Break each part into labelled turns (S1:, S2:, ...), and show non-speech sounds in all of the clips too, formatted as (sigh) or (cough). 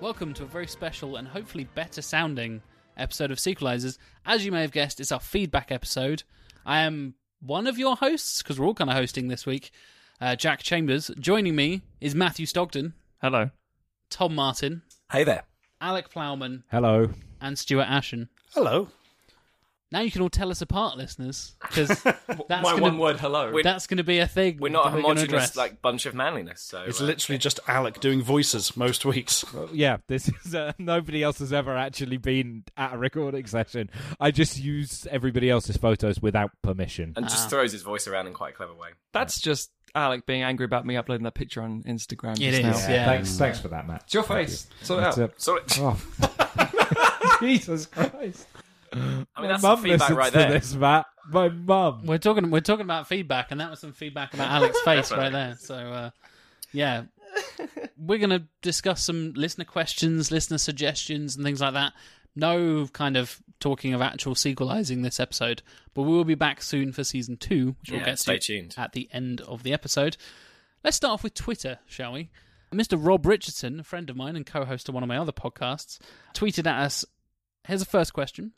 S1: Welcome to a very special and hopefully better sounding episode of Sequelizers. As you may have guessed, it's our feedback episode. I am one of your hosts, because we're all kind of hosting this week, uh, Jack Chambers. Joining me is Matthew Stogden,
S2: Hello.
S1: Tom Martin,
S3: Hey there.
S1: Alec Plowman,
S4: Hello.
S1: and Stuart Ashen.
S3: Hello.
S1: Now you can all tell us apart, listeners,
S3: (laughs)
S1: because that's
S2: My
S1: going
S2: one
S1: to
S2: word hello.
S1: that's going to be a thing.
S2: We're not a
S1: that we're gonna
S2: homogenous
S1: address.
S2: like bunch of manliness. So
S3: It's
S2: uh,
S3: literally just Alec doing voices most weeks.
S4: Yeah, this (laughs) is uh, nobody else has ever actually been at a recording session. I just use everybody else's photos without permission.
S2: and just throws his voice around in quite a clever way.
S5: That's just Alec being angry about me uploading that picture on Instagram.
S1: It
S5: just
S1: is,
S5: now.
S1: yeah.
S4: Thanks, thanks for that, Matt.
S5: It's your face. Sort it
S4: That's
S5: out.
S4: it.
S2: Sorry, I
S4: Oh. (laughs) Jesus Christ!
S2: mean
S4: My
S2: that's some
S4: mum
S2: feedback
S4: listens
S2: right
S4: to
S2: there.
S4: this, Matt. My mum.
S1: We're talking we're talking about feedback, and that was some feedback about
S2: (laughs)
S1: Alex's face right there. So uh, yeah, we're gonna discuss some listener questions, listener suggestions, and things like that. No kind of talking of actual sequelizing this episode, but we will be back soon for season two, which we'll
S2: Yeah,
S1: get
S2: stay
S1: to
S2: tuned.
S1: at the end of the episode. Let's start off with Twitter, shall we? Mr. Rob Richardson, a friend of mine and co host of one of my other podcasts, tweeted at us Here's the first question.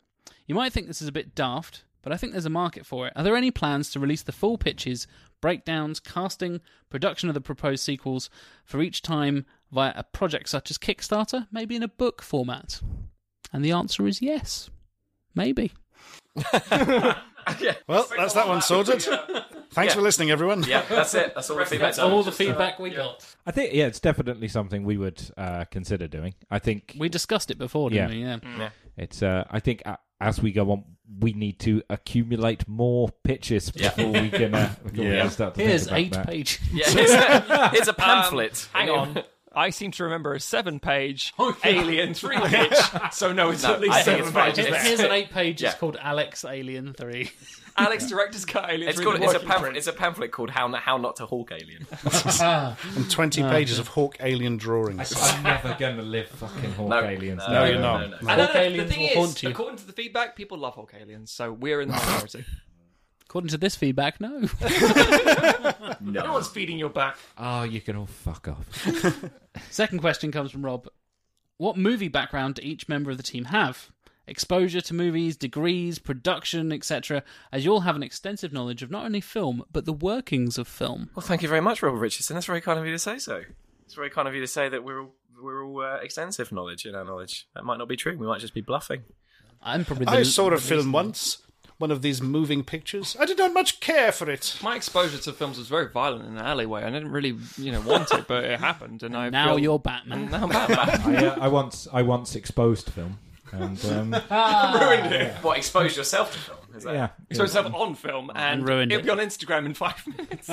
S1: You might think this is a bit daft, but I think there's a market for it. Are there any plans to release the full pitches, breakdowns, casting, production of the proposed sequels for each time via a project such as Kickstarter, maybe in a book format? And the answer is yes. Maybe.
S3: Well, that's that one sorted. Thanks for listening, everyone.
S2: Yeah, that's it. That's all the feedback.
S1: feedback we got.
S4: I think yeah, it's definitely something we would uh, consider doing. I think
S1: We discussed it before, didn't
S4: Yeah.
S1: we? Yeah.
S4: it's. Uh, I think uh, as we go on, we need to accumulate more pitches before we can. Uh, before we
S2: Yeah.
S4: can start to think
S1: Here's
S4: about
S1: eight
S4: that.
S1: pages.
S2: Yeah, (laughs) Um, it's, it's a pamphlet.
S5: Hang on. Um, (laughs) I seem to remember a seven (laughs) page Alien (laughs) 3 pitch. So, no, it's at least
S2: I think
S5: seven
S2: it's fine.
S5: pages.
S1: Here's an eight page.
S2: Yeah.
S1: It's called Alex Alien 3.
S5: Alex Director's Cut Alien
S2: It's
S5: 3.
S2: called.
S5: the
S2: It's a
S5: working
S2: pamphlet.
S5: print.
S2: It's a pamphlet called "How How Not to Hawk Alien."
S3: (laughs) And 20 pages of Hawk alien drawings.
S4: I'm never gonna live fucking Hawk aliens.
S2: no,
S3: you're
S2: no,
S3: not.
S2: no,
S5: I don't
S2: no.
S1: Hulk
S5: know,
S1: aliens
S5: the thing
S1: will
S5: is,
S1: haunt you.
S5: according to the feedback, people love Hulk aliens, so we're in the minority.
S1: According to this feedback, no.
S5: no one's feeding your back.
S4: Oh, you can all fuck off.
S1: Second question comes from Rob. What movie background do each member of the team have? Exposure to movies, degrees, production, etc., as you all have an extensive knowledge of not only film, but the workings of film.
S2: Well, thank you very much, Robert Richardson. That's very kind of you to say so. It's very kind of you to say that we're all, we're all uh, extensive knowledge in our knowledge. That might not be true. We might just be bluffing.
S1: I'm probably the
S3: I saw a film once, one of these moving pictures. I did not much care for it.
S5: My exposure to films was very violent in an alleyway. I didn't really, you know, want it, but it happened, and, I
S1: now
S5: feel-
S1: you're Batman.
S5: now I'm Batman.
S4: I, uh, I once, I once exposed film, and um,
S2: Ruined it. What? Expose yourself to film? Is that
S4: yeah,
S5: So it's on film and,
S1: ruined
S5: it'll
S1: it.
S5: be on Instagram in five (laughs) minutes.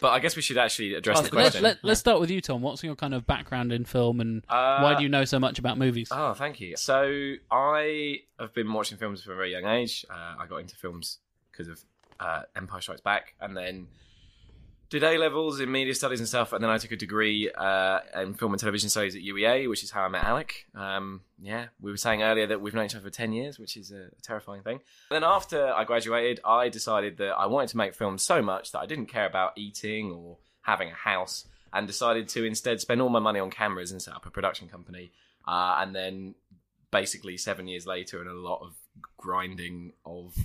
S2: But I guess we should actually address the
S1: Let,
S2: question.
S1: us start with you, Tom. What's your kind of background in film, and why do you know so much about movies?
S2: Oh, thank you. So I have been watching films from a very young age. Uh, I got into films because of uh, Empire Strikes Back, and then did A levels in media studies and stuff, and then I took a degree uh, in film and television studies at UEA, which is how I met Alec. Um, yeah, we were saying earlier that we've known each other for ten years, which is a terrifying thing. And then after I graduated, I decided that I wanted to make films so much that I didn't care about eating or having a house, and decided to instead spend all my money on cameras and set up a production company. Uh, and then basically seven years later, and a lot of grinding of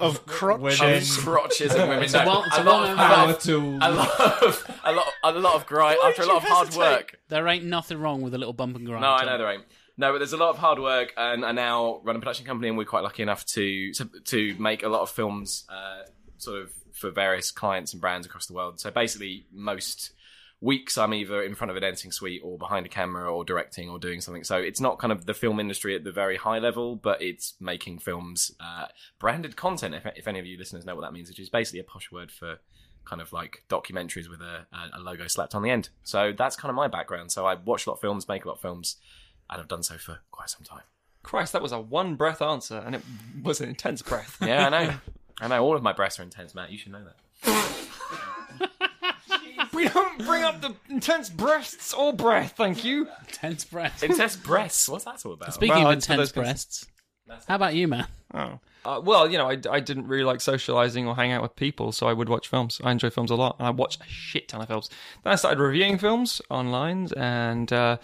S3: Of crotches.
S2: (laughs) crotches and women.
S1: a one- it's a
S2: a lot
S1: one-man
S2: of
S1: power
S4: (laughs)
S2: a lot of- a lot of a lot a lot of grind after a lot of hard work.
S1: There ain't nothing wrong with a little bump and grind.
S2: No, I
S1: Tom.
S2: know there ain't. No, but there's a lot of hard work, and I now run a production company, and we're quite lucky enough to to, to make a lot of films, uh, sort of for various clients and brands across the world. So basically, most weeks I'm either in front of an editing suite or behind a camera or directing or doing something. So it's not kind of the film industry at the very high level, but it's making films, uh, branded content. If, if any of you listeners know what that means, which is basically a posh word for kind of like documentaries with a, a, a logo slapped on the end. So that's kind of my background. So I watch a lot of films, make a lot of films, and I've done so for quite some time.
S5: Christ, that was a one breath answer, and it was an intense breath.
S2: Yeah, I know. I know all of my breaths are intense, Matt. You should know that.
S5: (laughs) we don't bring up the intense breasts or breath, thank you.
S1: Intense breasts.
S2: Intense breasts. What's that all about?
S1: Speaking
S5: Well,
S1: of
S5: it's for
S1: intense
S5: those guys-
S1: breasts, how about you, man?
S5: Oh. Uh, well, you know, I, I didn't really like socializing or hang out with people, so I would watch films. I enjoy films a lot, and I watch a shit ton of films. Then I started reviewing films online, and uh,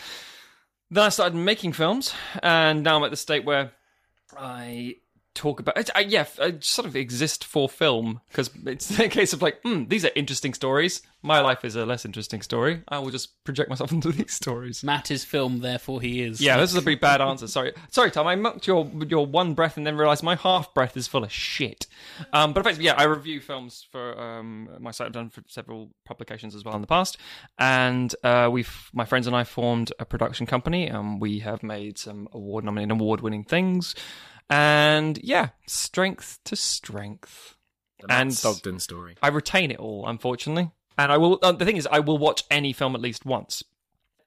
S5: then I started making films, and now I'm at the state where I talk about it. I, yeah, I sort of exist for film because it's (laughs) a case of like, hmm, these are interesting stories. My life is a less interesting story. I will just project myself (laughs) into these stories.
S1: Matt is film, therefore he is.
S5: Yeah, this is a pretty bad answer. Sorry, sorry, Tom. I mucked your your one breath and then realised my half breath is full of shit. Um, but effectively, yeah, I review films for um, my site. I've done for several publications as well in the past, and uh, we've my friends and I formed a production company, and we have made some award nominated, award winning things, and yeah, strength to strength.
S2: and
S5: And-
S2: Stogden story.
S5: I retain it all, unfortunately. And I will. Uh, the thing is, I will watch any film at least once,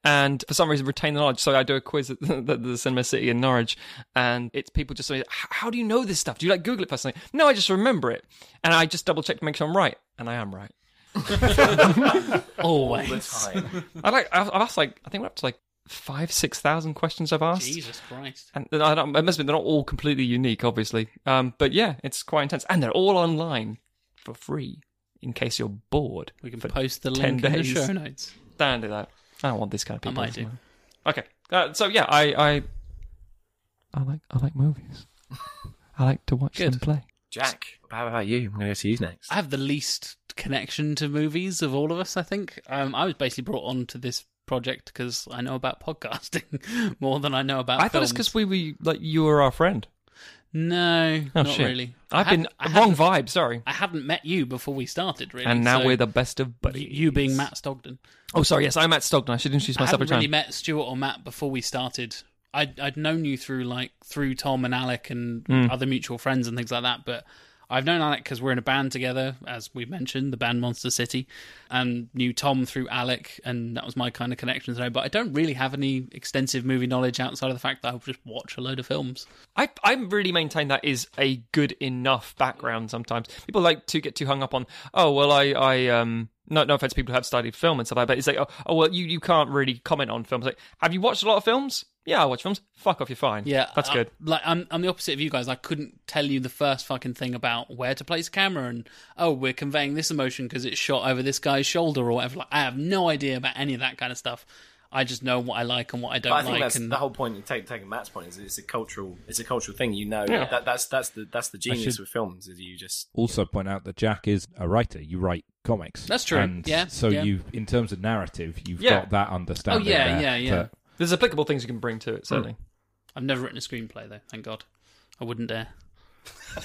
S5: and for some reason retain the knowledge. So I do a quiz at (laughs) the, the, the Cinema City in Norwich, and it's people just saying, "H- "How do you know this stuff? Do you like Google it first?" And I'm like, No, I just remember it, and I just double check to make sure I'm right, and I am right.
S1: Always.
S5: I like. I've, I've asked like I think we're up to like five, six thousand questions I've asked.
S1: Jesus Christ.
S5: And I don't, it must be they're not all completely unique, obviously. Um, but yeah, it's quite intense, and they're all online for free in case you're bored.
S1: We can
S5: for
S1: post the
S5: 10
S1: link in the
S5: days.
S1: show notes.
S5: don't do that. I don't want this kind of
S1: I
S5: people.
S1: might do.
S5: Okay. Uh, so yeah, I, I I like I like movies. I like to watch
S1: Good.
S5: them play.
S2: Jack, how about you? I'm going to go to you next.
S1: I have the least connection to movies of all of us. I think um, I was basically brought on to this project because I know about podcasting (laughs) more than I know about.
S5: I thought
S1: films.
S5: it's because we were like you were our friend.
S1: no,
S5: Oh
S1: not
S5: shit!
S1: really. I
S5: I've
S1: had-
S5: been
S1: I
S5: wrong
S1: hadn't-
S5: vibe. Sorry.
S1: I hadn't met you before we started, really.
S5: and now
S1: so
S5: we're the best of buddies.
S1: you being Matt Stogden.
S5: Oh, sorry. Yes, I'm Matt Stogden. I should introduce
S1: I
S5: myself
S1: hadn't
S5: every time.
S1: really met Stuart or Matt before we started. I'd, I'd known you through like through Tom and Alec and
S5: Hmm.
S1: other mutual friends and things like that. But I've known Alec because we're in a band together, as we mentioned, the band Monster City, and knew Tom through Alec, and that was my kind of connection to know. But I don't really have any extensive movie knowledge outside of the fact that I just watch a load of films.
S5: I I really maintain that is a good enough background. Sometimes people like to get too hung up on. Oh well, I I um no no offense, to people who have studied film and stuff like that. But it's like oh, oh well, you you can't really comment on films. Like, have you watched a lot of films? Yeah, I watch films. Fuck off, you're fine.
S1: Yeah,
S5: that's
S1: I-
S5: good.
S1: Like I'm, I'm the opposite of you guys. I couldn't tell you the first fucking thing about where to place a camera and oh, we're conveying this emotion because it's shot over this guy's shoulder or whatever. Like, I have no idea about any of that kind of stuff. I just know what I like and what I don't
S2: I think
S1: like.
S2: that's
S1: and
S2: the whole point. of Take, taking Matt's point is it's a cultural, it's a cultural thing. You know that, that's that's the that's the genius
S4: should-
S2: with films is you just
S4: also point out that Jack is a writer. You write comics.
S1: That's true.
S4: And
S1: Yeah,
S4: So
S1: yeah.
S4: you, in terms of narrative, you've
S5: Yeah.
S4: got that understanding.
S1: Oh, yeah,
S4: there
S1: yeah, yeah.
S4: that-
S5: There's applicable things you can bring to it certainly.
S1: I've never written a screenplay though. Thank God, I wouldn't dare.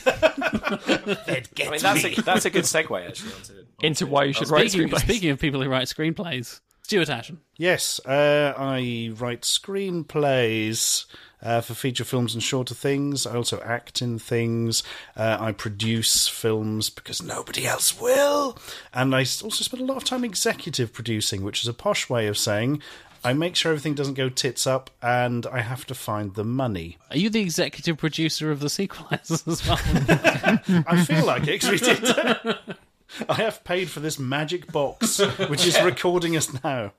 S3: (laughs)
S2: I mean, that's a, that's a good segue actually. Onto,
S5: Into why you should write
S1: Speaking,
S5: screenplays.
S1: speaking of people who write screenplays, Stuart Ashen.
S3: Yes, uh, I write screenplays uh, for feature films and shorter things. I also act in things. Uh, I produce films because nobody else will. And I s- also spend a lot of time executive producing, which is a posh way of saying I make sure everything doesn't go tits up and I have to find the money.
S1: Are you the executive producer of the sequelizers as (laughs) well?
S3: I feel like it 'cause we did. (laughs) I have paid for this magic box, which is recording us now.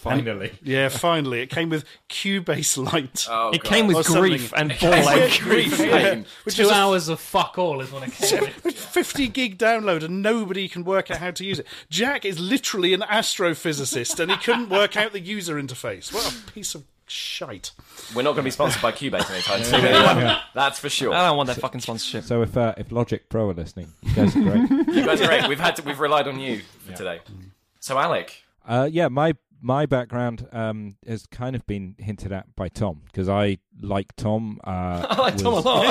S4: Finally.
S3: Yeah, finally. It came with Cubase Lite.
S2: Oh,
S5: it
S2: God.
S5: came
S3: Or
S5: with
S3: something.
S5: grief and ball
S2: (laughs)
S5: ache.
S2: grief. yeah.
S3: which
S1: Two
S3: is a
S1: hours of fuck all is what it came with.
S3: (laughs) 50 gig download and nobody can work out how to use it. Jack is literally an astrophysicist and he couldn't work out the user interface. What a piece of shite.
S2: We're not going to be sponsored by Cubase anytime soon. anyone. That's for sure.
S5: I don't want that fucking (laughs) sponsorship.
S4: So if uh, if Logic Pro are listening, you guys are great.
S2: (laughs) You guys are great. We've had to, we've relied on you for today. So Alec,
S4: uh, yeah, my my background um, has kind of been hinted at by Tom because I like Tom. Uh, I like
S5: Tom a lot.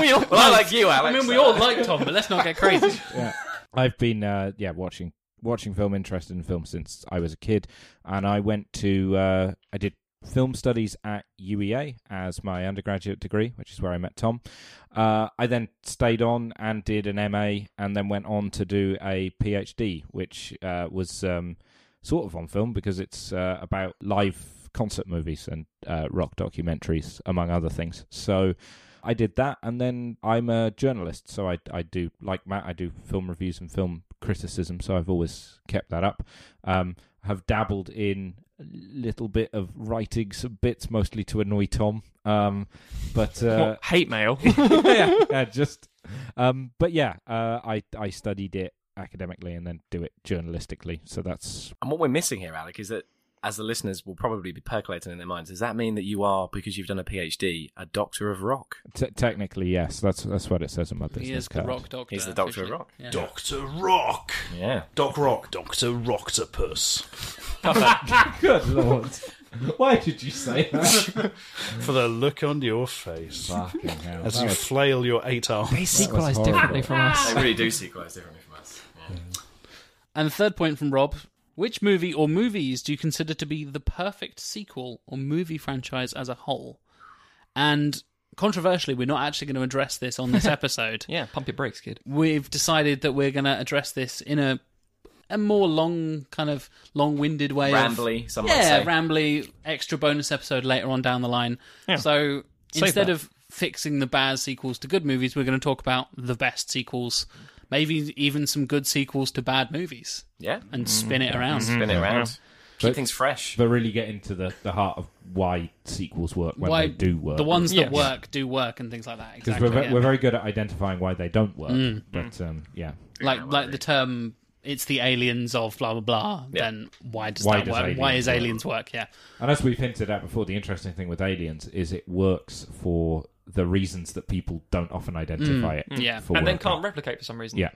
S1: we all,
S2: well, I like
S1: (laughs)
S2: you,
S1: I
S2: Alex.
S1: mean, we all like Tom, but let's not get crazy.
S4: yeah. (laughs) I've been uh, yeah watching watching film, interested in film since I was a kid, and I went to uh, I did film studies at UEA as my undergraduate degree, which is where I met Tom. Uh, I then stayed on and did an MA, and then went on to do a PhD, which uh, was um, sort of on film because it's uh, about live concert movies and uh, rock documentaries, among other things. So. I did that, and then I'm a journalist, so I I do like Matt. I do film reviews and film criticism, so I've always kept that up. Um, have dabbled in a little bit of writing, some bits mostly to annoy Tom, Um, but uh,
S5: (laughs) What, hate mail.
S4: (laughs) yeah, yeah, just. Um, but yeah, uh, I I studied it academically and then do it journalistically. So that's
S2: And what we're missing here, Alec, is that as the listeners will probably be percolating in their minds, does that mean that you are, because you've done a PhD, a doctor of rock?
S4: t- technically yes. That's that's what it says on my business
S1: He is the
S4: card.
S1: rock doctor.
S2: He's the Doctor
S1: officially.
S2: of Rock.
S1: Yeah.
S3: Doctor Rock.
S2: Yeah.
S3: Doc Rock. Doctor Rocktopus.
S1: (laughs)
S4: Good lord! Why did you say that?
S3: For the look on your face
S4: Fucking hell!
S3: as
S4: That
S3: you
S4: was-
S3: flail your eight arms.
S5: They
S4: was
S5: sequelized
S4: horrible.
S5: differently from us.
S2: They really do sequelise differently from us. Yeah.
S1: And the third point from Rob which movie or movies do you consider to be the perfect sequel or movie franchise as a whole? And controversially, we're not actually going to address this on
S5: (laughs)
S1: this episode.
S5: Yeah, pump your brakes, kid.
S1: We've decided that we're going to address this in a a more long, kind of long winded way. of,
S2: Rambly, some might
S1: yeah,
S2: say.
S1: rambly extra bonus episode later on down the line. So
S5: Save
S1: instead
S5: that.
S1: of fixing the bad sequels to good movies, we're going to talk about the best sequels, maybe even some good sequels to bad movies,
S2: yeah.
S1: and spin
S2: Mm-hmm.
S1: it around.
S2: Spin it around. Keep
S4: But-
S2: things fresh.
S4: But really get into the, the heart of why sequels work when
S1: Why
S4: they do work.
S1: The ones that
S5: Yes.
S1: work do work, and things like that.
S4: because
S1: Exactly.
S4: we're, ve-
S1: yeah. Mm.
S4: we're very good at identifying why they don't work. But um, yeah,
S1: like like the term. It's the aliens of blah blah blah. Then why does
S4: Why
S1: that
S4: does
S1: work? Why
S4: aliens
S1: is aliens work? Yeah,
S4: and as we've hinted at before, the interesting thing with Aliens is it works for the reasons that people don't often identify it.
S1: yeah.
S4: for
S5: and then
S4: working.
S5: can't replicate for some reason.
S4: Yeah,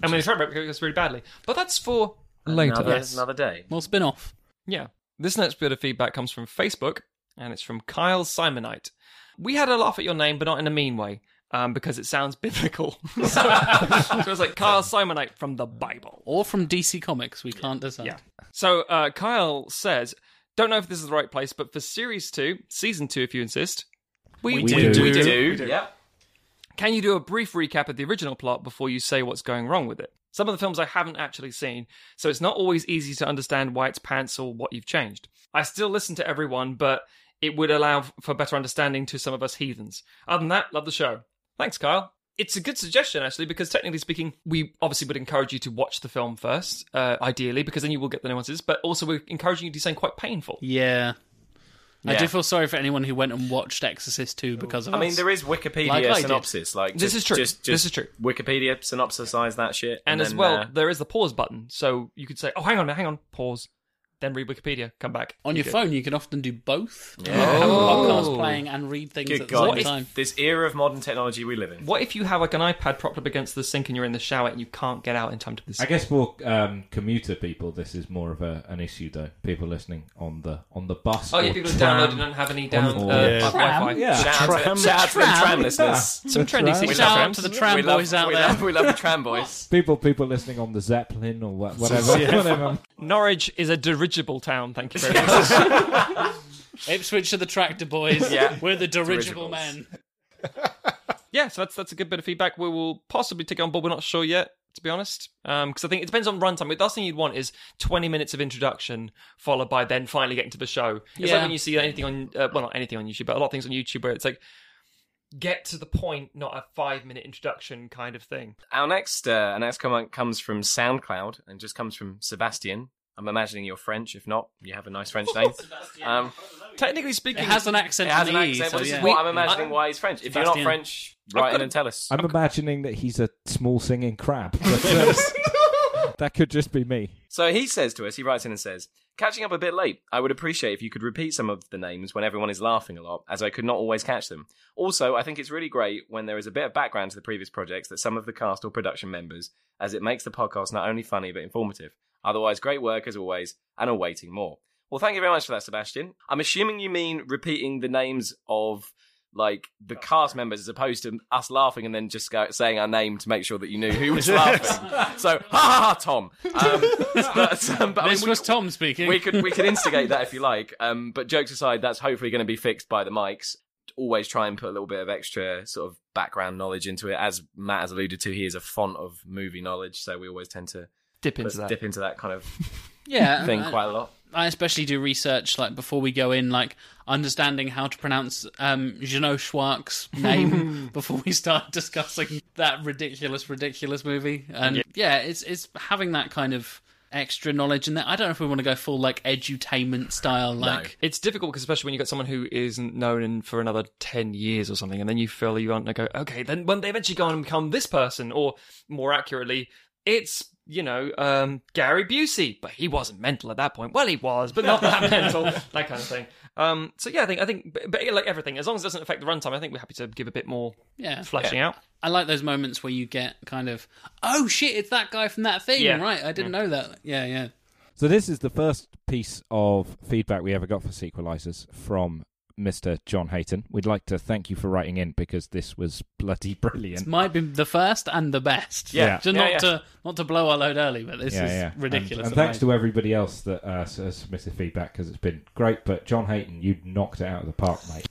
S5: I mean, they try to replicate this really badly. But that's for later.
S2: Another,
S5: Yes.
S2: another day.
S1: Well, spin off.
S5: Yeah. This next bit of feedback comes from Facebook, and it's from Kyle Simonite. We had a laugh at your name, but not in a mean way, um, because it sounds (laughs) biblical. so, so it was like Kyle Simonite from the Bible.
S1: Or from DC Comics, we can't decide.
S5: Yeah. So uh, Kyle says, don't know if this is the right place, but for series two, season two, if you insist, we,
S4: We do. do.
S5: We do.
S2: Yep.
S5: Can you do a brief recap of the original plot before you say what's going wrong with it? Some of the films I haven't actually seen, so it's not always easy to understand why it's pants or what you've changed. I still listen to everyone, but it would allow f- for better understanding to some of us heathens. Other than that, love the show. Thanks, Kyle. It's a good suggestion, actually, because technically speaking, we obviously would encourage you to watch the film first, uh, ideally, because then you will get the nuances, but also we're encouraging you to do something quite painful.
S1: Yeah. I
S5: Yeah.
S1: do feel sorry for anyone who went and watched Exorcist 2 because of
S2: I mean,
S1: us.
S2: there is Wikipedia
S1: Like I did.
S2: synopsis. Like
S5: This
S2: just-
S5: is true.
S2: Just,
S5: This
S2: just
S5: is true.
S2: Wikipedia synopsisize that shit,
S5: And, as
S2: then,
S5: well,
S2: uh,
S5: there is the pause button, so you could say, "Oh, hang on, hang on, pause." Then read Wikipedia, come back
S1: On your
S5: You're good.
S1: phone, you can often do both. You
S2: Yeah.
S1: can have a podcast
S5: Oh.
S1: playing and read things
S2: good
S1: at
S2: God,
S1: the same
S2: this-
S1: time.
S2: this era of modern technology we live in.
S5: What if you have like an iPad propped up against the sink and you're in the shower and you can't get out in time to the
S4: I
S5: sink?
S4: guess for um, commuter people, this is more of a, an issue though. People listening on the on the bus.
S5: Oh yeah,
S4: or
S5: people
S4: tram.
S5: download and don't have any down
S4: On-
S5: uh,
S4: Yeah.
S5: pub Wi-Fi.
S4: Yeah.
S2: Shout out to-
S3: Tram.
S2: shout out to the
S1: Tram.
S2: tram listeners.
S5: Some trendy
S4: right.
S5: things.
S1: Shout out
S5: Trams.
S1: to the (laughs) tram
S2: we love,
S1: boys out
S2: we
S1: there.
S2: Love, we love the
S1: (laughs)
S2: tram boys.
S4: People, people listening on the Zeppelin or wha-
S5: (laughs)
S4: whatever. (laughs)
S3: Yeah.
S4: whatever.
S5: Norwich is a dirigible town. Thank
S4: (laughs)
S5: you very much.
S1: Ipswich are the tractor boys.
S2: Yeah.
S1: We're the dirigible
S2: Dirigibles.
S1: men.
S5: yeah, so that's that's a good bit of feedback. We will possibly take it on board. We're not sure yet, to be honest, because I think it depends on runtime. The last thing you'd want is 20 minutes of introduction followed by then finally getting to the show. It's
S1: Yeah.
S5: like when you see anything on uh, well, not anything on YouTube, but a lot of things on YouTube where it's like get to the point, not a five minute introduction kind of thing.
S2: Our next, uh, our next comment comes from SoundCloud and just comes from Sebastian. I'm imagining you're French. If not, you have a nice French name. Um,
S5: Technically
S1: It
S5: speaking,
S1: has an accent
S2: it has
S1: on
S2: an
S1: the E,
S2: accent.
S1: so
S2: well, this
S1: yeah.
S2: is what I'm imagining
S5: I-
S2: why he's French. If you're
S1: Sebastian.
S2: not French,
S5: I've
S2: write
S5: got
S2: in
S5: a-
S2: and tell us.
S4: I'm imagining that he's a small singing crab.
S5: (laughs)
S4: But, uh, that could just be me.
S2: So he says to us, he writes in and says, Catching up a bit late, I would appreciate if you could repeat some of the names when everyone is laughing a lot, as I could not always catch them. Also, I think it's really great when there is a bit of background to the previous projects that some of the cast or production members, as it makes the podcast not only funny but informative. Otherwise, great work as always, and awaiting more. Well, thank you very much for that, Sebastian. I'm assuming you mean repeating the names of like the cast members as opposed to us laughing and then just go, saying our name to make sure that you knew who was (laughs) laughing. so, ha ha ha, Tom. (laughs) Um, but, um, but I
S1: This
S2: mean, we-
S1: was Tom speaking.
S2: we could we could instigate that if you like. Um, but jokes aside, that's hopefully going to be fixed by the mics. Always try and put a little bit of extra sort of background knowledge into it. As Matt has alluded to, he is a font of movie knowledge, so we always tend to
S5: dip into that.
S2: dip into that kind of
S1: yeah,
S2: thing
S1: I-
S2: quite a lot.
S1: I especially do research like before we go in, like understanding how to pronounce um Jeannot
S2: (laughs)
S1: Schwartz's name before we start (laughs) discussing that ridiculous, ridiculous movie. And yeah, it's it's having that kind of extra knowledge in there. I don't know if we want to go full like edutainment style, like
S5: It's difficult because especially when you've got someone who isn't known in, for another ten years or something, and then you feel you want to go, okay, then when they eventually go on and become this person, or more accurately, it's you know um, Gary Busey, but he wasn't mental at that point. Well, he was, but not that mental, that kind of thing. Um, so yeah, I think I think, but, but like everything, as long as it doesn't affect the runtime, I think we're happy to give a bit more
S1: yeah.
S5: fleshing out.
S1: I like those moments where you get kind of oh shit, it's that guy from that thing,
S5: Yeah.
S1: right? I
S2: Mm.
S1: didn't know that. Yeah, yeah.
S4: So this is the first piece of feedback we ever got for Sequelizers from Mr. John Hayton. We'd like to thank you for writing in because this was bloody brilliant.
S1: Might be the first and the best.
S4: Yeah.
S1: So
S5: Yeah,
S1: not
S5: yeah.
S1: to not to blow our load early, but this
S4: yeah,
S1: is
S4: yeah.
S1: ridiculous.
S4: And, and thanks to everybody else that uh, s- has submitted feedback because it's been great. But John Hayton, you knocked it out of the park, mate.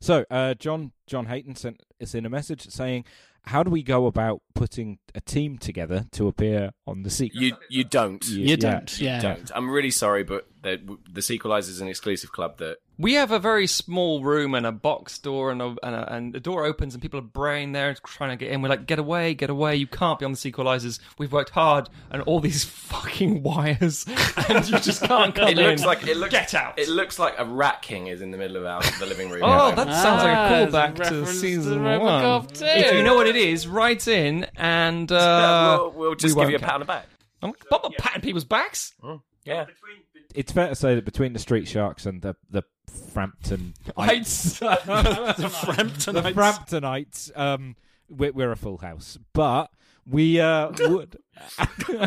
S4: So uh, John John Hayton sent us in a message saying, "How do we go about putting a team together to appear on the sequel?"
S2: (laughs) You you don't.
S1: you don't. Yeah.
S2: don't. I'm really sorry, but the, the Sequelizer is an exclusive club that
S5: We have a very small room and a box door, and a, and, a, and the door opens, and people are braying there and trying to get in. We're like, get away, get away! You can't be on the sequelizers. We've worked hard, and all these (laughs) fucking wires, (laughs) and you just can't come
S2: it looks
S5: in.
S2: like it looks
S5: get out.
S2: It looks like a rat king is in the middle of our the living room.
S5: (laughs) oh,
S2: Yeah.
S5: that sounds like a
S1: there's Ah, a
S5: callback to
S1: reference
S5: season
S1: to
S5: one.
S1: Robocop 2.
S5: If you know what it is, write in and
S2: Yeah,
S5: uh,
S2: (laughs) we'll, we'll just
S5: we
S2: give you a
S5: won't Oh,
S2: pat on the back.
S5: I'm like, Bob, I'm patting people's
S2: (laughs)
S5: backs.
S2: Yeah,
S4: It's fair to say that between the Street Sharks and the the Frampton
S5: Heights.
S3: The Frampton.
S4: the Framptonites, um, we're, we're a full house, but
S5: (laughs)
S4: we uh, would.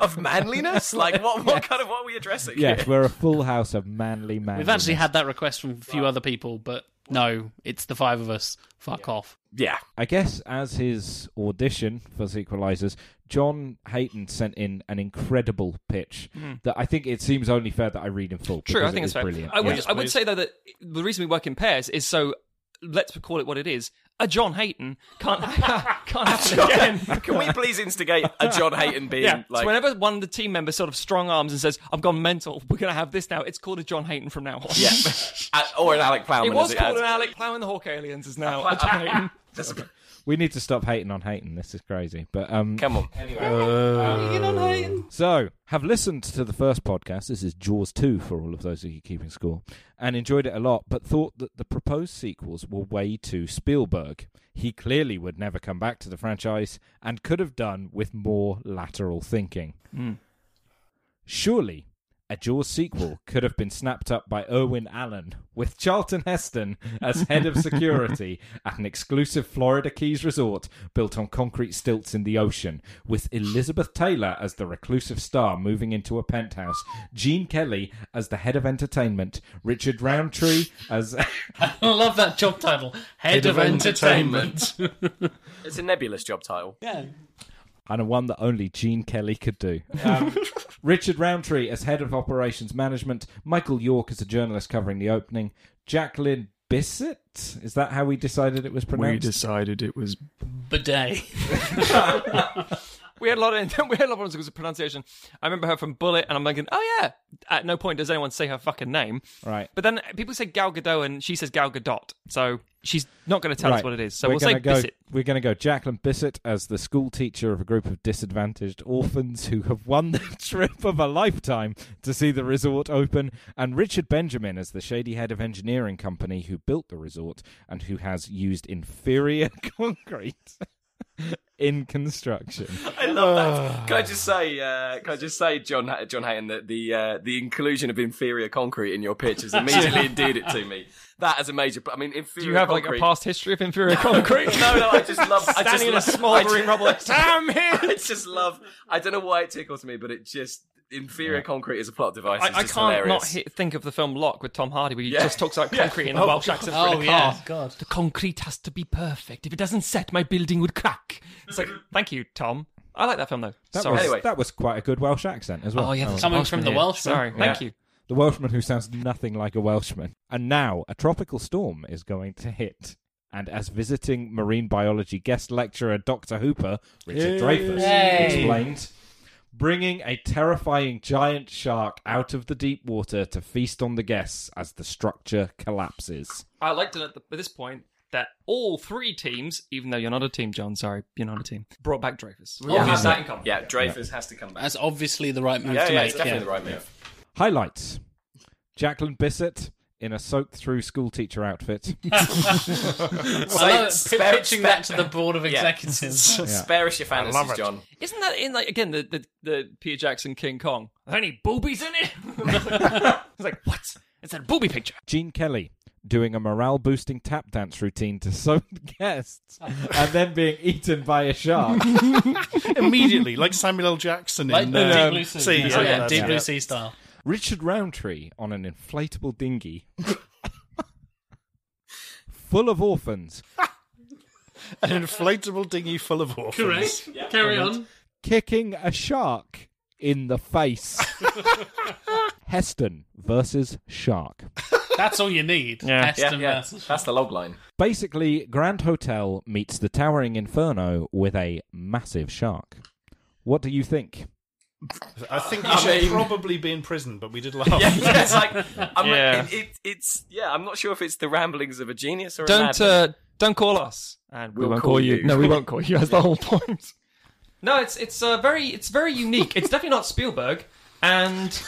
S2: of manliness. Like what? What kind of what are we addressing?
S4: Yes, we're a full house of manly man.
S1: We've actually had that request from a few other people, but no, it's the five of us. Fuck off. (laughs)
S2: yeah.
S4: I guess as his audition for Sequelizers, John Hayton sent in an incredible pitch that I think it seems only fair that I read in full.
S5: Hmm. True, I
S4: because
S5: think
S4: it
S5: it's
S4: is
S5: fair.
S4: Brilliant.
S5: I would,
S4: Yeah.
S5: I would say though that the reason we work in pairs is so. Let's call it what it is. A John Hayton can't (laughs) can't happen again.
S2: (laughs) Can we please instigate a John Hayton being
S5: Yeah.
S2: like?
S5: so whenever one of the team members sort of strong arms and says, "I've gone mental. We're going to have this now," it's called a John Hayton from now on. (laughs)
S2: yeah, Uh, or an Alec
S5: It
S2: Plowman.
S5: was
S2: as
S5: called
S2: has.
S5: an Alec Plow and the Hawk Aliens is now a John Hayton.
S4: (laughs)
S2: Just-
S4: we need to stop hating on Hayton. This is crazy. But um,
S2: Come on.
S4: So, have listened to the first podcast. This is Jaws 2 for all of those of you keeping score, and enjoyed it a lot, but thought that the proposed sequels were way too Spielberg. He clearly would never come back to the franchise and could have done with more lateral thinking. Surely, a Jaws sequel could have been snapped up by Irwin Allen with Charlton Heston as head of security at an exclusive Florida Keys resort built on concrete stilts in the ocean, with Elizabeth Taylor as the reclusive star moving into a penthouse, Gene Kelly as the head of entertainment, Richard Roundtree as
S1: I love that job title. Head, of, entertainment.
S2: It's a nebulous job title.
S4: and a one that only Gene Kelly could do. Um, Richard Roundtree as head of operations management, Michael York as a journalist covering the opening, Jacqueline Bissett. Is that how we decided it was pronounced?
S5: decided it was.
S2: (laughs)
S1: Bidet.
S5: We had a lot of (laughs) we had a lot of problems with pronunciation. I remember her from Bullet, and I'm thinking, "Oh yeah." At no point does anyone say her fucking name.
S4: right.
S5: But then people say Gal Gadot, and she says Gal Gadot. So she's not going to tell us
S4: Right.
S5: what it is. So
S4: we're
S5: we'll say
S4: gonna go,
S5: Bissett.
S4: We're going to go Jacqueline Bissett as the school teacher of a group of disadvantaged orphans who have won the (laughs) trip of a lifetime to see the resort open, and Richard Benjamin as the shady head of engineering company who built the resort and who has used inferior (laughs) concrete (laughs) in construction.
S2: I love that. Can I just say? Uh, can I just say, John John Hayton, that the uh, the inclusion of inferior concrete in your
S5: (laughs)
S2: pitch has immediately endeared it to me. That is a major. I mean, inferior.
S5: Do you have
S2: concrete.
S5: like a past history of inferior concrete?
S2: (laughs) No, no. I
S5: (laughs)
S2: just love. I just
S5: Standing in a
S2: love- I
S5: smouldering
S2: just-
S5: rubble. Damn it!
S2: (laughs) I just love. I don't know why it tickles me, but it just inferior concrete is a plot device.
S5: I,
S2: It's
S5: I
S2: just
S5: can't
S2: hilarious.
S5: not hit, think of the film Lock with Tom Hardy, where he
S2: (laughs) Yeah.
S5: just talks about concrete in a Welsh accent for
S1: Oh,
S5: the
S1: yeah.
S5: car.
S1: God.
S5: The concrete has to be perfect. If it doesn't set, my building would crack. It's like, thank you, Tom. I like that film though.
S4: That
S5: Sorry.
S4: was,
S2: Anyway.
S4: that was quite a good Welsh accent as well.
S5: Oh yeah, that's
S1: Coming
S5: Welshman
S1: from the
S5: here.
S1: Welshman.
S5: Sorry, thank you.
S4: The Welshman who sounds nothing like a Welshman. And now a tropical storm is going to hit. And as visiting marine biology guest lecturer Dr. Hooper, Richard Dreyfuss,
S1: Hey.
S4: explained, bringing a terrifying giant shark out of the deep water to feast on the guests as the structure collapses.
S5: I liked it at, the, at this point. that all three teams, even though you're not a team, John, sorry, you're not a team, brought back Dreyfus. We all
S2: Yeah.
S5: have that in common.
S2: Yeah, Dreyfus has to come back.
S1: That's obviously the right move
S2: yeah,
S1: to
S2: yeah,
S1: make.
S2: it's definitely
S1: yeah.
S2: the right move.
S4: Highlights Jacqueline Bissett in a soaked through schoolteacher outfit.
S1: I love it.
S2: Spare-
S1: P- pitching
S2: spare-
S1: that to the board of
S2: (laughs)
S1: executives.
S2: Spare us your fantasies,
S3: love it.
S2: John.
S5: Isn't that in like again the the, the Peter Jackson King Kong? Are there any boobies in
S2: (laughs)
S5: it? it's like what? It's that booby picture.
S4: Gene Kelly doing a morale boosting tap dance routine to (laughs) soaked guests and then being eaten by a shark.
S3: (laughs) Immediately, like Samuel L. Jackson
S1: Like
S3: in
S1: the
S3: uh,
S1: Deep Blue Sea.
S3: Sea,
S1: yeah,
S3: yeah,
S1: Deep
S3: that's
S1: Blue
S3: it.
S1: Sea style.
S4: Richard Roundtree on an inflatable dinghy (laughs) full of orphans
S3: An inflatable dinghy full of orphans.
S1: Carry on.
S4: kicking a shark in the face. Heston versus shark.
S1: That's all you need.
S5: Yeah.
S2: Yeah,
S1: Aston
S2: yeah.
S1: versus-
S2: That's the log line.
S4: Basically, Grand Hotel meets the towering inferno with a massive shark. What do you think?
S3: I think you
S2: I
S3: should
S2: mean-
S3: probably be in prison, but we did laugh.
S2: (laughs) Yeah, (laughs) yeah, it's like I'm,
S5: Yeah.
S2: It, it, it's yeah. I'm not sure if it's the ramblings of a genius or
S5: Don't
S2: a madman.
S5: uh, don't call us, and we
S2: We'll
S5: won't
S2: call
S5: call you.
S2: you.
S5: No, we won't call you. That's the whole point. (laughs) No, it's it's uh, very it's very unique. it's definitely not Spielberg.
S2: (laughs)
S5: And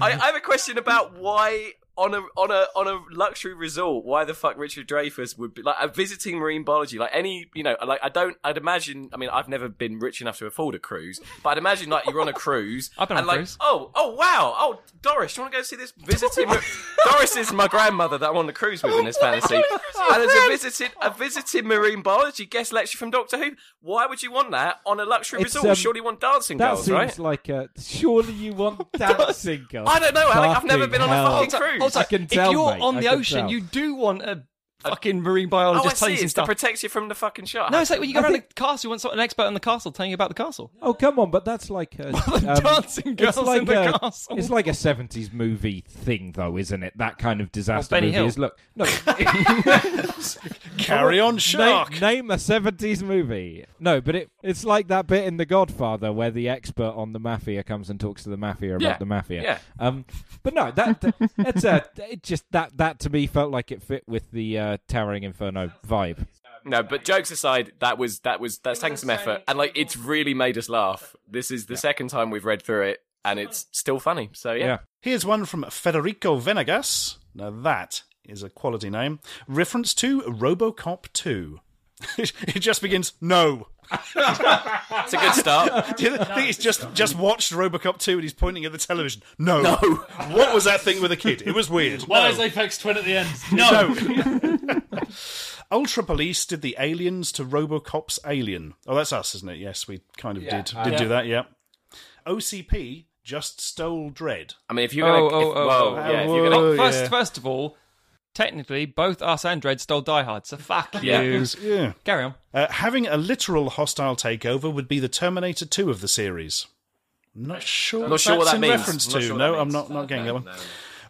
S2: I, I have a question about why on a on a on a luxury resort, why the fuck Richard Dreyfuss would be like a visiting marine biology, like any you know, like I don't, I'd imagine. I mean, I've never been rich enough to afford a cruise, but I'd imagine like you're on a cruise.
S5: (laughs) I've been on
S2: and,
S5: a
S2: like,
S5: cruise.
S2: Oh, oh wow, oh Doris, do you want to go see this visiting?
S5: (laughs)
S2: Doris is my grandmother that I'm on the cruise with in this fantasy, and it's a visiting a visiting marine biology guest lecture from Doctor Who. Why would you want that on a luxury
S4: It's,
S2: resort?
S4: um,
S2: Surely you want dancing
S4: That
S2: girls,
S4: seems
S2: right?
S4: like a. Surely you
S2: (laughs)
S4: want dancing girls.
S2: I don't know, Alec. I've never
S4: Fucking
S2: been on a
S4: hell.
S2: fucking cruise.
S5: also,
S4: I can
S5: if
S4: tell,
S5: you're
S4: mate,
S5: on
S4: I
S5: the
S4: can
S5: ocean,
S4: tell.
S5: you do want a fucking marine biologist
S2: oh, I
S5: telling you
S2: see.
S5: some
S2: It's to
S5: stuff.
S2: protect you from the fucking shark.
S5: no, it's like when you go
S4: I
S5: around
S4: think-
S5: the castle, you want some- an expert on the castle telling you about the castle.
S4: Oh come on! But that's like
S2: (laughs)
S4: a um,
S5: dancing girls
S4: it's like
S5: in the
S4: a,
S5: castle.
S4: It's like a seventies movie thing, though, isn't it? That kind of disaster
S5: Benny
S4: movie
S5: Hill.
S4: is. Look, no,
S2: (laughs)
S3: Carry on,
S4: name,
S3: shark.
S4: name a seventies movie. No, but it it's like that bit in The Godfather where the expert on the mafia comes and talks to the mafia about
S2: Yeah,
S4: the mafia.
S2: yeah.
S4: Um, but no, that it's a it just that that to me felt like it fit with the uh, towering inferno vibe.
S2: no, but jokes aside, that was that was that's taken some effort, and like it's really made us laugh. This is the second time we've read through it, and it's still funny. So yeah,
S4: Yeah.
S3: Here's one from Federico Venegas. Now that is a quality name. Reference to RoboCop 2. (laughs) it just begins no. (laughs)
S2: it's a good (laughs) start.
S3: Do you think he's just just watched RoboCop 2 and he's pointing at the television? No. No. (laughs) What was that thing with a kid? It was weird.
S1: Why
S3: No.
S1: is Apex Twin at the end? No.
S3: Ultra Police did the aliens to RoboCop's Alien. Oh, that's us, isn't it? Yes, we kind of did did do that. Yeah. OCP just stole Dread.
S2: I mean, if you're
S5: Oh,
S2: gonna, if,
S5: oh, oh,
S2: whoa,
S5: oh.
S2: yeah, if you're gonna,
S3: Oh,
S5: first,
S3: yeah.
S5: first of all, technically, both us and Dread stole Die Hard, so fuck
S2: Yeah.
S5: you.
S3: Yeah.
S5: Carry on.
S3: Uh, having a literal hostile takeover would be the Terminator 2 of the series. I'm Not sure.
S2: I'm not sure
S3: that's
S2: what that
S3: in
S2: means.
S3: reference
S2: I'm not
S3: to.
S2: sure what
S3: no,
S2: that
S3: I'm
S2: means.
S3: not not getting that one.
S2: No, no, no.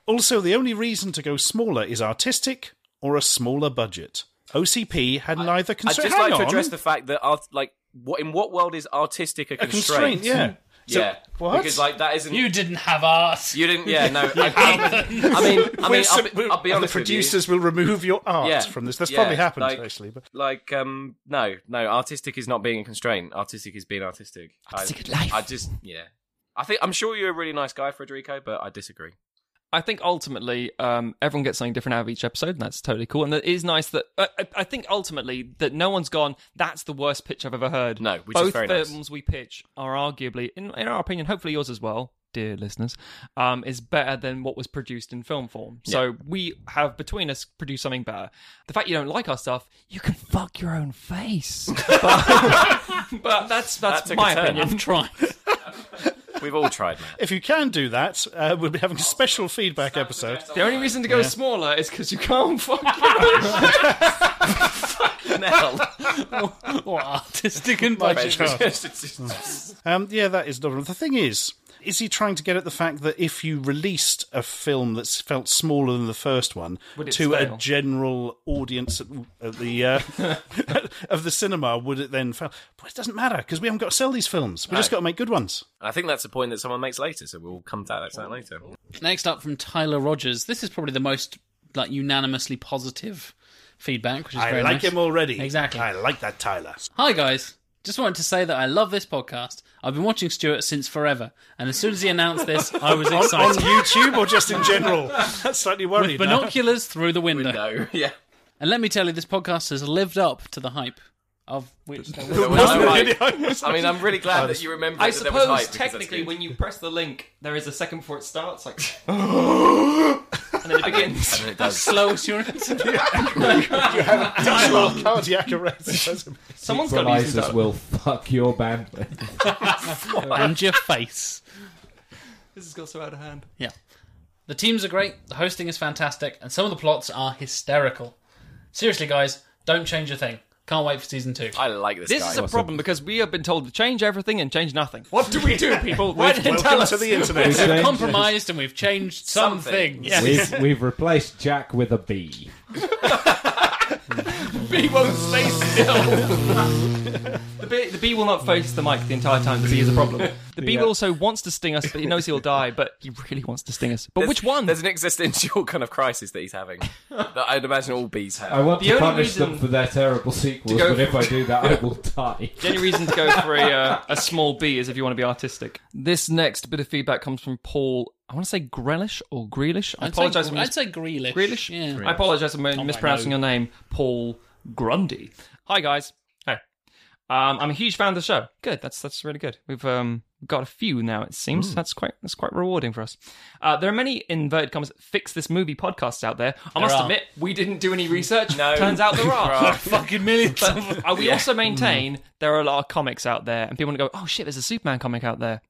S3: Also, the only reason to go smaller is artistic or a smaller budget. OCP had neither
S2: I'd
S3: constraint.
S2: just
S3: Hang
S2: like to
S3: on.
S2: address the fact that art, like, what in what world is artistic a
S3: a constraint.
S2: constraint?
S3: Yeah. So-
S2: yeah,
S3: what?
S2: Because like that isn't
S1: you didn't have art.
S2: (laughs) you didn't. Yeah,
S3: (laughs)
S2: no. I, I, I mean, I
S3: We're
S2: mean, I'll
S3: so-
S2: be,
S3: we're-
S2: I'll be
S3: and
S2: honest
S3: the
S2: with you.
S3: producers will remove your art
S2: Yeah,
S3: from this. That's
S2: yeah,
S3: probably happened
S2: like-
S3: actually. But
S2: like um no no artistic is not being a constraint artistic is being artistic
S5: Artistic
S2: I,
S5: at life.
S2: i just yeah i think i'm sure you're a really nice guy frederico but i disagree
S5: I think ultimately um, everyone gets something different out of each episode, and that's totally cool. And it is nice that uh, I, I- I think ultimately that no one's gone. That's the worst pitch I've ever heard.
S2: No, which is
S5: both
S2: very nice.
S5: films we pitch are arguably, in, in our opinion, hopefully yours as well, dear listeners, um, is better than what was produced in film form. So we have between us produced something better. The fact you don't like our stuff, you can fuck your own face. (laughs) but, but that's that's
S2: That took
S5: my
S2: a turn.
S5: opinion.
S1: I'm trying.
S2: we've all tried matt
S3: if you can do that, uh, we'll be having a special feedback episode.
S5: The
S2: (laughs)
S5: only reason to go smaller is because you can't fuck (laughs) your own
S1: (laughs) or artistic and
S3: Right,
S1: budget.
S3: sure. Um, yeah, that is another. The thing is, is he trying to get at the fact that if you released a film that felt smaller than the first one
S5: Would
S3: to
S5: it
S3: a
S5: fail?
S3: general audience at, at the
S5: (laughs)
S3: uh, (laughs) of the cinema, would it then fail? But it doesn't matter because we haven't got to sell these films. We just got to make good ones.
S2: (laughs) i think that's a point that someone makes later so we'll come to that that later
S1: Next up from Tyler Rogers. This is probably the most like unanimously positive feedback, which is
S3: I
S1: very
S3: like
S1: nice.
S3: him already.
S1: Exactly.
S3: I like that Tyler.
S1: Hi guys, just wanted to say that I love this podcast. I've been watching Stuart since forever, and as soon as he announced this, I was
S3: On, on
S1: excited.
S3: YouTube or
S5: (laughs)
S3: just in general? That's slightly worried. now.
S1: Binoculars through the window.
S2: No, yeah.
S1: And let me tell you, this podcast has lived up to the hype. Of which there was-
S2: There (laughs) was no
S3: (laughs)
S2: hype.
S3: (gasps)
S2: I mean, I'm really glad that you remember.
S5: I
S2: that there was hype
S5: suppose
S2: because that's
S5: technically,
S2: good.
S5: when you press the link, there is a second before it starts, like, and then it begins.
S2: (laughs)
S5: (laughs)
S2: and it does.
S1: slow assurance.
S3: Dialogue, cardiac
S5: (laughs)
S3: arrest.
S5: Someone's got to use
S4: Equalizers
S5: this.
S4: will fuck your bandwidth.
S1: and your face.
S5: This has got so out of hand.
S1: Yeah. The teams are great, the hosting is fantastic, and some of the plots are hysterical. Seriously, guys, don't change a thing. Can't wait for season two.
S2: I like this,
S5: This
S2: guy.
S5: is a problem because we have been told to change everything and change nothing. What do we do, people? Why didn't
S3: Welcome
S5: tell us?
S3: to the
S5: (laughs)
S3: internet.
S1: We've compromised and we've changed some
S2: Something.
S1: things.
S4: We've, we've replaced Jack with a B.
S5: bee won't stay still. (laughs) the, bee, the bee will not face the mic the entire time. The bee is a problem. The bee
S4: Yeah.
S5: will also wants to sting us, but he knows he'll die. But he really wants to sting us. But
S2: There's-
S5: which one?
S2: There's an existential (laughs) kind of crisis that
S5: (laughs)
S2: he's having that I'd imagine all bees have.
S4: I want
S5: The
S4: to
S5: only
S4: punish them
S5: reason
S4: for their terrible sequels,
S5: go
S4: but if I do
S5: (laughs)
S4: that, I will die.
S5: The only reason to go for a, uh, a small B is if you want to be artistic. This next bit of feedback comes from Paul. I want to say Grelish or Grealish. I
S1: I'd
S5: apologize.
S1: Say,
S5: for
S1: I'd say Grealish.
S5: Grealish?
S1: Yeah.
S5: I apologize for m-
S1: my
S5: mispronouncing
S1: nose.
S5: your name, Paul Grundy. Hi guys. Hi. Um, I'm a huge fan of the show. Good. That's that's really good. We've um, got a few now. It seems that's quite that's quite rewarding for us. Uh, there are many inverted commas fix this movie podcasts out there. I must
S1: are.
S5: admit we didn't do any research.
S2: No.
S5: Turns out there are.
S1: Fucking millions.
S5: But I- we also maintain there are a lot of comics out there, and people go, "Oh shit, there's a Superman comic out there."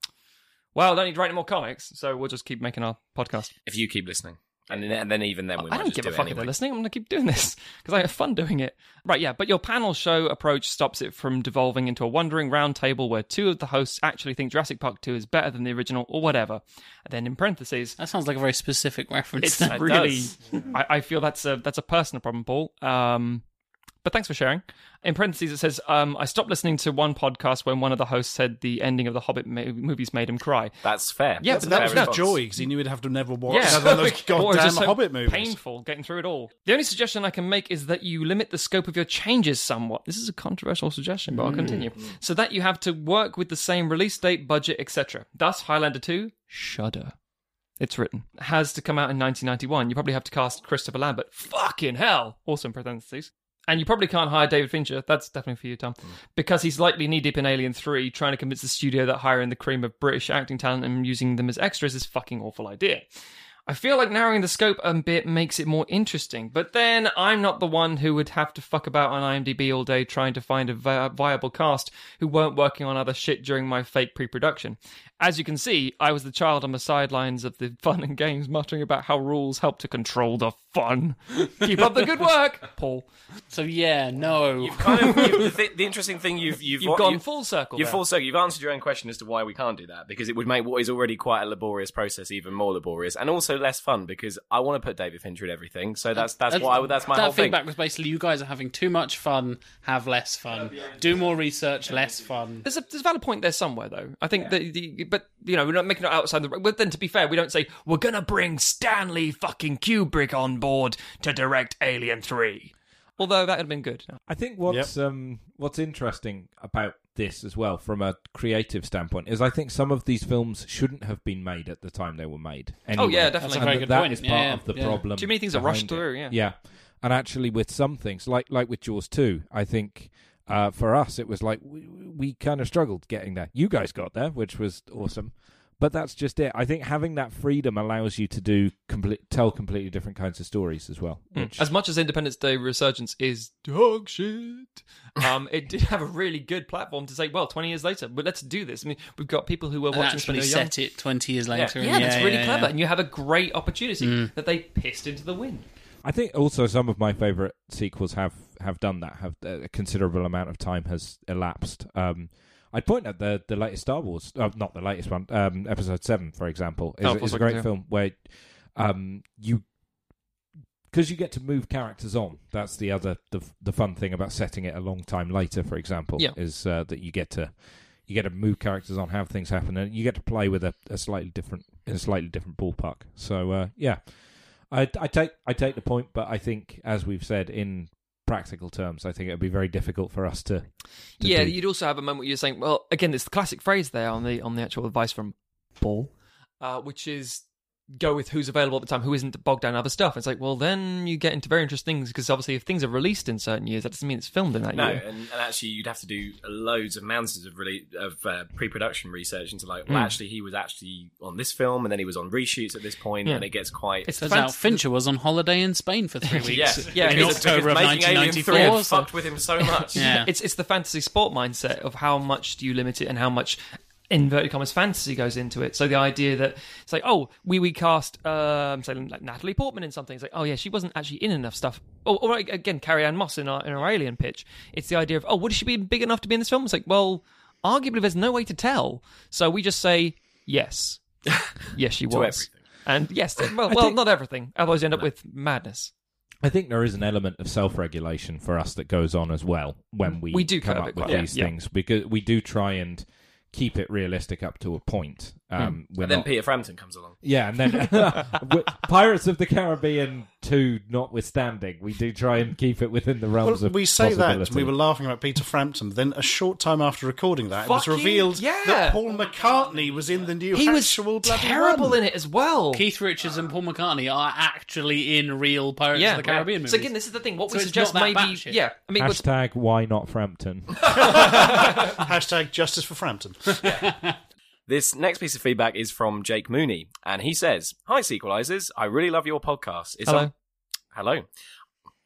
S5: Well, don't need to write any more comics, so we'll just keep making our podcast.
S2: if you keep listening, and then, and then even then, we
S5: I
S2: might
S5: don't
S2: just
S5: give
S2: do
S5: a
S2: it
S5: fuck if
S2: anyway.
S5: they're listening. I'm going to keep doing this (laughs) because I have fun doing it. Right, yeah, but your panel show approach stops it from devolving into a wandering round table where two of the hosts actually think Jurassic Park 2 is better than the original or whatever. And then in
S2: (laughs)
S5: parentheses,
S1: That sounds like a very specific reference. (laughs)
S5: it's
S1: It's,
S5: really,
S2: does.
S5: I, I feel that's a, that's a personal problem, Paul. Um, but thanks for sharing. In parentheses, it says, um, I stopped listening to one podcast when one of the hosts said the ending of the Hobbit mo- movies made him cry.
S2: That's fair.
S5: Yeah, but
S2: That's a
S5: that
S2: fair
S5: was not
S2: response.
S3: joy because he knew he'd have to never watch
S5: Yeah.
S3: another one
S5: (laughs)
S3: (laughs) of those
S5: Or
S3: goddamn
S5: just so
S3: Hobbit movies.
S5: Painful getting through it all. The only suggestion I can make is that you limit the scope of your changes somewhat. This is a controversial suggestion,
S3: Mm.
S5: but I'll continue. So that you have to work with the same release date, budget, etc. Thus, Highlander 2, Shudder. It's written. Has to come out in 1991. You probably have to cast Christopher Lambert. Fucking hell! Also in parentheses. And you probably can't hire David Fincher. That's definitely for you,
S3: Mm.
S5: Tom. Because he's likely knee deep in Alien 3, trying to convince the studio that hiring the cream of British acting talent and using them as extras is a fucking awful idea. I feel like narrowing the scope a bit makes it more interesting, but then I'm not the one who would have to fuck about on IMDb all day trying to find a vi- viable cast who weren't working on other shit during my fake pre production. As you can see, I was the child on the sidelines of the (laughs) fun and games muttering about how rules help to control the fun. Keep up the good work, Paul.
S1: so yeah, no.
S2: Kind
S5: (laughs)
S2: of, you've- the, thi- the interesting thing you've you've,
S5: You've
S2: what-
S5: gone
S2: you've-
S5: full circle.
S2: You've
S5: there.
S2: full circle. You've answered your own question as to why we can't do that because it would make what is already quite a laborious process even more laborious and also less fun because I want to put David Fincher in everything. So that's that's why I, that's my
S1: that
S2: whole
S1: feedback
S2: thing.
S1: was basically you guys are having too much fun, have less fun, do more research, less fun.
S5: There's a, there's a valid point there somewhere, though. I think that the, but you know we're not making it outside the. But then to be fair, we don't say we're gonna bring Stanley fucking Kubrick on board to direct Alien Three. Although that would have been good.
S4: I think what's um what's interesting about this as well from a creative standpoint is I think some of these films shouldn't have been made at the time they were made. Anyway.
S5: Oh, yeah, definitely. That's a
S1: very
S4: And
S1: good
S4: that
S1: point.
S4: is part
S1: Yeah,
S4: of the
S1: yeah.
S4: problem.
S5: Too many things are rushed
S4: behind it.
S5: through, yeah.
S4: Yeah. And actually with some things like like with Jaws 2, I think uh, for us it was like we, we kind of struggled getting there. You guys got there, which was awesome. But that's just it. I think having that freedom allows you to do complete, tell completely different kinds of stories as well. Which
S5: As much as Independence Day Resurgence is dog shit, um, it did have a really good platform to say, well, 20 years later, but let's do this. I mean, we've got people who were
S1: And
S5: watching this when
S1: actually
S5: they were young.
S1: set it 20 years later.
S5: Yeah,
S1: and
S5: that's really
S1: yeah,
S5: clever,
S1: yeah. Mm.
S5: and you have a great opportunity that they pissed into the wind.
S4: I think also some of my favorite sequels have have done that. Have uh, a considerable amount of time has elapsed. Um, I'd point at the the latest Star Wars, uh, not the latest one, um, Episode Seven, for example, is,
S5: Oh, Force
S4: is a
S5: Awakens,
S4: great
S5: yeah.
S4: film where um, you because you get to move characters on. That's the other the the fun thing about setting it a long time later. For example,
S5: Yeah.
S4: is uh, that you get to you get to move characters on, have things happen, and you get to play with a, a slightly different in a slightly different ballpark. So uh, yeah, I, I take I take the point, but I think as we've said in practical terms. I think it would be very difficult for us to. to
S5: yeah,
S4: do.
S5: you'd also have a moment where you're saying, well, again, it's the classic phrase there on the on the actual advice from Paul, uh, which is go with who's available at the time, who isn't bogged down in other stuff. It's like, well, then you get into very interesting things because obviously, if things are released in certain years, that doesn't mean it's filmed in that
S2: No,
S5: year.
S2: and, and actually, you'd have to do loads of mountains of really, of uh, pre-production research into
S5: Hmm.
S2: like, well, actually, he was actually on this film, and then he was on reshoots at this point,
S5: Yeah.
S2: and it gets quite.
S5: It's the
S1: Turns out
S5: fancy-
S1: Fincher was on holiday in Spain for three weeks.
S2: yes,
S5: yeah,
S1: in
S2: because-
S1: October of
S2: because making Alien 3
S1: 1994.
S2: had
S1: so-
S2: fucked with him so
S5: (laughs)
S2: much.
S1: Yeah.
S5: It's it's the fantasy sport mindset of how much do you limit it and how much inverted commas fantasy goes into it. So the idea that it's like, oh, we we cast um say like Natalie Portman in something. It's like, oh yeah, she wasn't actually in enough stuff. Or, or again, Carrie Ann Moss in our in our Alien pitch. It's the idea of oh, would she be big enough to be in this film? It's like, well, arguably there's no way to tell. So we just say (laughs) yes, yes she was.
S2: everything.
S5: And (laughs) yes, well, well, not everything. Otherwise, you end up with madness.
S4: I think there is an element of self-regulation for us that goes on as well when we
S5: We do
S4: come
S5: curb
S4: up
S5: it
S4: with
S5: quite-
S4: these
S5: yeah, yeah.
S4: things because we do try and keep it realistic up to a point.
S5: Hmm.
S4: Um, we're
S2: And then
S4: not-
S2: Peter Frampton comes along.
S4: yeah, and then (laughs) Wi- Pirates of the Caribbean two, notwithstanding, we do try and keep it within the realms
S3: Well,
S4: of
S3: we say that
S4: possibility.
S3: we were laughing about Peter Frampton. Then a short time after recording that, it was
S5: Fucking-
S3: revealed
S5: yeah.
S3: that Paul McCartney was in the new
S5: He was
S3: actual bloody
S5: terrible
S3: one.
S5: in it as well.
S1: Keith Richards and Paul McCartney are actually in real Pirates of the Caribbean movies.
S5: So again, this is the thing. What
S1: So
S5: we
S1: it's
S5: suggest
S1: not that
S5: maybe,
S1: batshit.
S5: yeah. I mean, what's-
S4: Hashtag why not Frampton?
S3: Hashtag justice for (laughs) Frampton.
S2: This next piece of feedback is from Jake Mooney, and he says, "Hi, sequelizers. I really love your podcast. It's
S5: Hello.
S2: some- hello.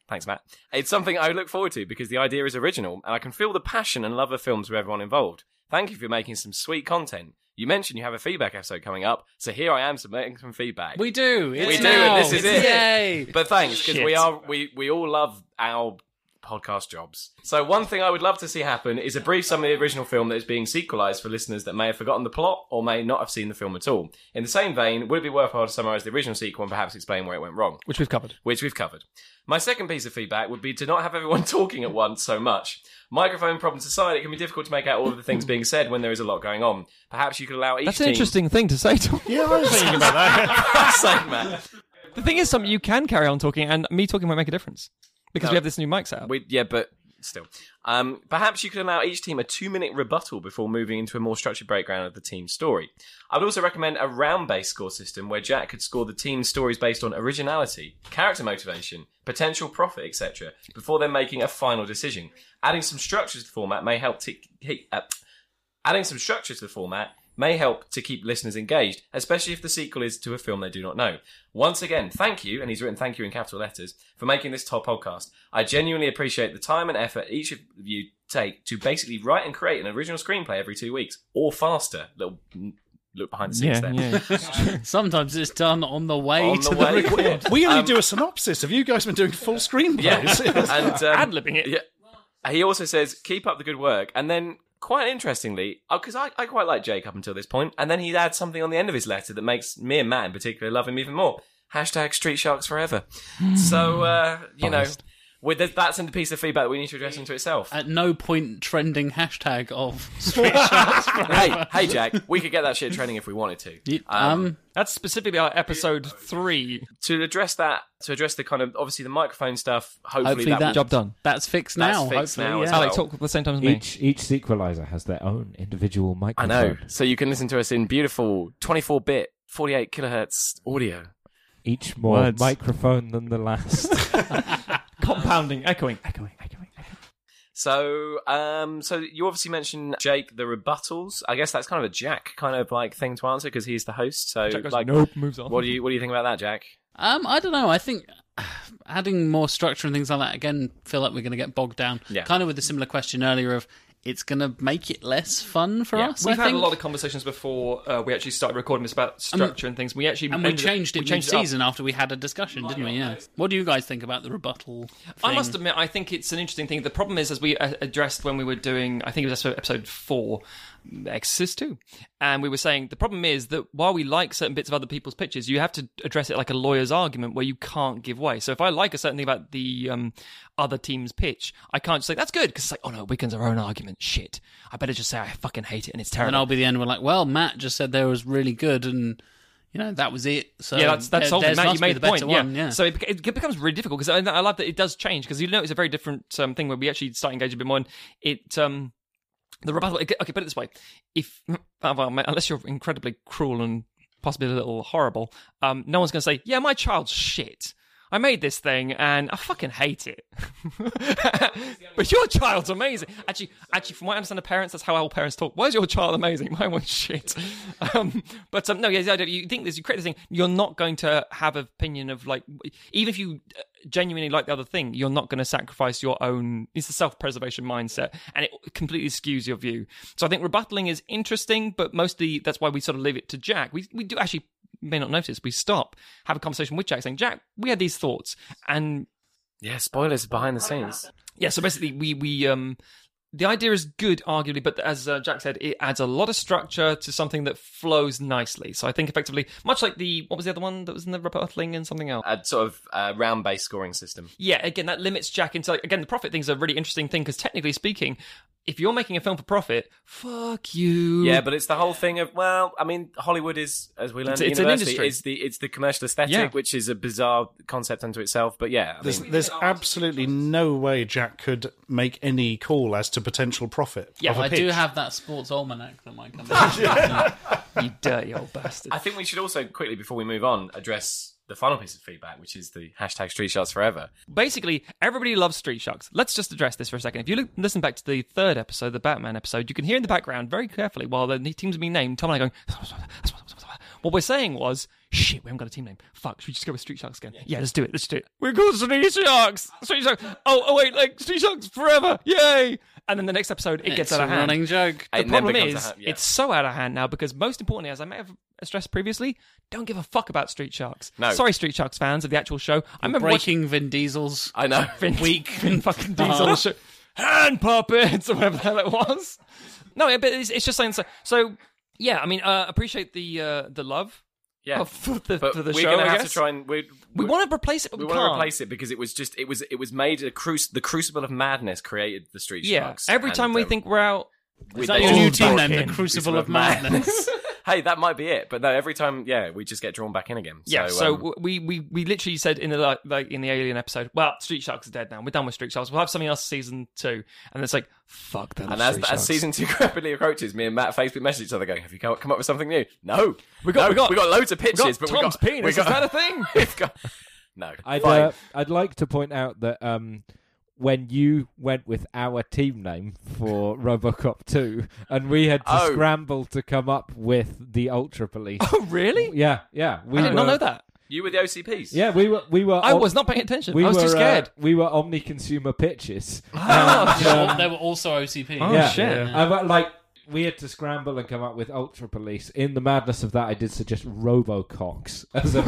S2: Thanks, Matt. It's something I look forward to because the idea is original, and I can feel the passion and love of films with everyone involved. Thank you for making some sweet content. You mentioned you have a feedback episode coming up, so here I am submitting some feedback.
S1: we do. It's
S2: We do, and
S1: now.
S2: this is
S1: It's
S2: it.
S1: Yay!
S2: But thanks, because we
S5: Shit.
S2: are we we all love our podcast jobs. So one thing I would love to see happen is a brief summary of the original film that is being sequelized for listeners that may have forgotten the plot or may not have seen the film at all. In the same vein, would it be worthwhile to summarize the original sequel and perhaps explain where it went wrong?
S5: which we've covered.
S2: Which we've covered. My second piece of feedback would be to not have everyone (laughs) talking at once so much. Microphone problems aside, it can be difficult to make out all of the things being said when there is a lot going on. Perhaps you could allow each
S5: That's
S2: team
S5: an
S2: (laughs)
S5: interesting thing to say. Tom.
S3: yeah, I was thinking about that.
S5: (laughs)
S2: Same, man.
S5: The thing is, something you can carry on talking, and me talking won't make a difference because we have this new mic setup.
S2: We, yeah, but still. Um, perhaps you could allow each team a two minute rebuttal before moving into a more structured breakdown of the team's story. I would also recommend a round based score system where Jack could score the team's stories based on originality, character motivation, potential profit, etc., before then making a final decision. Adding some structure to the format may help to. he- Uh, adding some structure to the format may help to keep listeners engaged, especially if the sequel is to a film they do not know. Once again, thank you, and he's written thank you in capital letters, for making this top podcast. I genuinely appreciate the time and effort each of you take to basically write and create an original screenplay every two weeks, or faster. Little mm, look behind the scenes
S5: yeah,
S2: there.
S5: yeah.
S1: (laughs) Sometimes it's done on the way
S2: On
S1: to
S2: the
S1: the,
S5: (laughs)
S2: way.
S1: record.
S3: (laughs)
S2: Yeah.
S3: We only do a synopsis. Have you guys been doing full (laughs) screenplays?
S2: (laughs) and um,
S5: Ad-libbing it.
S2: Yeah. He also says, "Keep up the good work." And then, quite interestingly, because I, I quite like Jake up until this point, and then he adds something on the end of his letter that makes me and Matt in particular love him even more. Hashtag Street Sharks forever. so uh, you know, with that, that's a piece of feedback that we need to address into
S1: (laughs)
S2: itself.
S1: At no point trending hashtag of Street Sharks forever.
S2: (laughs) hey, hey, Jack, we could get that shit trending if we wanted to.
S1: You-
S2: Um,
S1: um,
S5: That's specifically our episode three.
S2: to address that, to address the kind of obviously the microphone stuff. Hopefully,
S1: Hopefully
S2: that,
S1: that-
S5: Job done.
S1: um, that's fixed
S2: That's
S1: now.
S2: fixed
S1: hopefully,
S2: now as
S1: yeah.
S2: well.
S5: Alex, talk at the same time as me.
S4: each each sequelizer has their own individual
S2: I
S4: microphone.
S2: know. So you can listen to us in beautiful 24 bit, 48 kilohertz audio.
S4: Each more
S5: Words.
S4: microphone than the last.
S5: Compounding, echoing, echoing, echoing. echoing.
S2: So, um, so you obviously mentioned Jake the rebuttals. I guess that's kind of a Jack kind of like thing to answer because he's the host. So,
S5: Jack goes,
S2: like,
S5: nope, moves on.
S2: what do you what do you think about that, Jack?
S1: Um, I don't know. I think adding more structure and things like that again feel like we're going to get bogged down.
S2: Yeah.
S1: Kind of with a similar question earlier of it's going to make it less fun for
S2: Yeah.
S1: us.
S5: We've
S1: I
S5: had
S1: think.
S5: a lot of conversations before uh, we actually started recording this about structure and things. We actually
S1: and we
S5: ended up-
S1: changed it
S5: we changed it up.
S1: mid-season after we had a discussion, didn't we? Yeah. What do you guys think about the rebuttal?
S5: I
S1: thing?
S5: must admit, I think it's an interesting thing. The problem is, as we uh, addressed when we were doing, I think it was episode- episode four, Exorcist 2, and we were saying the problem is that while we like certain bits of other people's pitches, you have to address it like a lawyer's argument where you can't give way. So if I like a certain thing about the um, other team's pitch, I can't just say, that's good, because it's like, oh no, Wigan's our own argument. Shit. I better just say I fucking hate it and it's
S1: And
S5: terrible.
S1: I'll be the end. We're like, well, Matt just said there was really good, and you know that was it. So
S5: yeah, that's that's
S1: there-
S5: all.
S1: there's
S5: Matt, you
S1: must um, be
S5: made
S1: a
S5: the
S1: better
S5: point.
S1: one,
S5: yeah. so it, bec- it becomes really difficult because I, I love that it does change because you know it's a very different um, thing where we actually start engaging a bit more. And it um, the rebuttal. Okay, put it this way: if (laughs) well, mate, unless you're incredibly cruel and possibly a little horrible, um, no one's going to say, "Yeah, my child's shit." I made this thing and I fucking hate it. (laughs) but your child's amazing. Actually, actually, from what I understand of parents, that's how all parents talk. Why is your child amazing? (laughs) My one's shit. Um, but um, no, yeah, the idea- you think this, you create this thing, you're not going to have an opinion of like, even if you uh, genuinely like the other thing, you're not going to sacrifice your own. It's a self-preservation mindset, and it completely skews your view. So I think rebuttaling is interesting, but mostly that's why we sort of leave it to Jack. We we do actually may not notice. We stop, have a conversation with Jack, saying, "Jack, we had these thoughts," and
S2: Yeah, spoilers behind the scenes.
S5: yeah, so basically, we we um, the idea is good, arguably, but as uh, Jack said, it adds a lot of structure to something that flows nicely. So I think effectively, much like the what was the other one that was in the rebuttaling and something else.
S2: A sort of uh, round-based scoring system.
S5: Yeah, again, that limits Jack into like, again the profit thing's a really interesting thing because technically speaking, if you're making a film for profit, fuck you.
S2: Yeah, but it's the whole thing of well, I mean, Hollywood is as we
S5: It's-
S2: learned at
S5: it's an
S2: university,
S5: industry.
S2: it's the it's the commercial aesthetic,
S5: Yeah.
S2: which is a bizarre concept unto itself. But yeah, I
S3: There's,
S2: mean,
S3: there's absolutely no way Jack could make any call as to potential profit.
S5: Yeah,
S3: of a
S5: I
S1: I
S3: pitch.
S1: do have that sports almanac that might
S5: (laughs)
S1: come. out.
S5: (laughs) you dirty old bastard.
S2: I think we should also quickly before we move on address the final piece of feedback, which is the hashtag Street Shots Forever.
S5: Basically, everybody loves Street Sharks. Let's just address this for a second. If you look, listen back to the third episode, the Batman episode, you can hear in the background very carefully while the teams are being named, Tom and I going, (laughs) what we're saying was, shit, we haven't got a team name. Fuck, should we just go with Street Sharks again? Yeah, let's do it, let's do it. We're called Street Sharks! Street Sharks! Oh, oh wait, like, Street Sharks forever! Yay! And then the next episode, it
S1: it's
S5: gets
S1: a
S5: out of hand.
S1: running joke.
S5: The
S2: It then
S5: problem
S2: becomes a
S5: is,
S2: ha- yeah.
S5: it's so out of hand now because, most importantly, as I may have stressed previously, don't give a fuck about Street Sharks.
S2: No.
S5: Sorry, Street Sharks fans of the actual show. I remember watching
S1: Breaking Vin
S5: (laughs)
S1: Diesel's
S2: I know.
S5: Vin,
S1: Weak.
S5: (laughs) Vin fucking
S2: Uh-huh.
S5: Diesel
S1: Oh.
S5: show. hand puppets (laughs) or whatever the hell it was. No, yeah, but it's, it's just saying so. So yeah, I mean, uh, appreciate the uh, the love
S2: (laughs) Yeah,
S5: of- (laughs) for the,
S2: but
S5: for the
S2: we're
S5: show.
S2: gonna
S5: I
S2: have
S5: guess.
S2: to try and we
S5: We want to replace it, but
S2: we
S5: we,
S2: want
S5: can't.
S2: to replace it because it was just it was it was made a cruci- the crucible of madness created the Street
S5: yeah,
S2: Sharks.
S5: every
S2: and,
S5: time we
S2: um,
S5: think we're out,
S2: we-
S1: Is that
S2: they
S1: your
S2: all
S1: new
S2: draw
S1: team
S5: back
S1: name,
S5: in.
S1: the Crucible of
S5: (laughs)
S1: Madness?
S2: (laughs) hey, that might be it. But no, every time, yeah, we just get drawn back in again.
S5: Yeah, so,
S2: so, um,
S5: w we, we we literally said in the like, like in the Alien episode, well, Street Sharks are dead now. We're done with Street Sharks. We'll have something else season two, and it's like fuck that.
S2: and as,
S5: Street
S2: as
S5: Sharks.
S2: season two (laughs) rapidly approaches, me and Matt Facebook message each other going, "Have you come come up with something new?" No,
S5: We got-
S2: no,
S5: we got-
S2: loads of
S5: we got
S2: pitches, but we
S5: Tom's
S2: got
S5: penis.
S2: We
S5: Is
S2: got,
S5: that a thing?
S2: (laughs)
S5: (laughs)
S2: we've got no.
S4: I'd,
S2: fine.
S4: uh, I'd like to point out that um, when you went with our team name for RoboCop 2, and we had to
S2: Oh.
S4: scramble to come up with the Ultra Police.
S5: oh really?
S4: yeah, yeah. We
S5: I did not
S4: were-
S5: know that.
S2: you were the OCPs.
S4: Yeah, we were. We were
S5: I
S4: om-
S5: was not paying attention.
S4: We
S5: I was
S4: were,
S5: too
S4: uh,
S5: scared.
S4: we were omni-consumer
S5: (laughs)
S4: pitches. um,
S1: Well, they were also OCP.
S5: Oh,
S4: yeah,
S5: shit.
S4: yeah. I, but, like we had to scramble and come up with Ultra Police. In the madness of that, I did suggest RoboCox (laughs) as a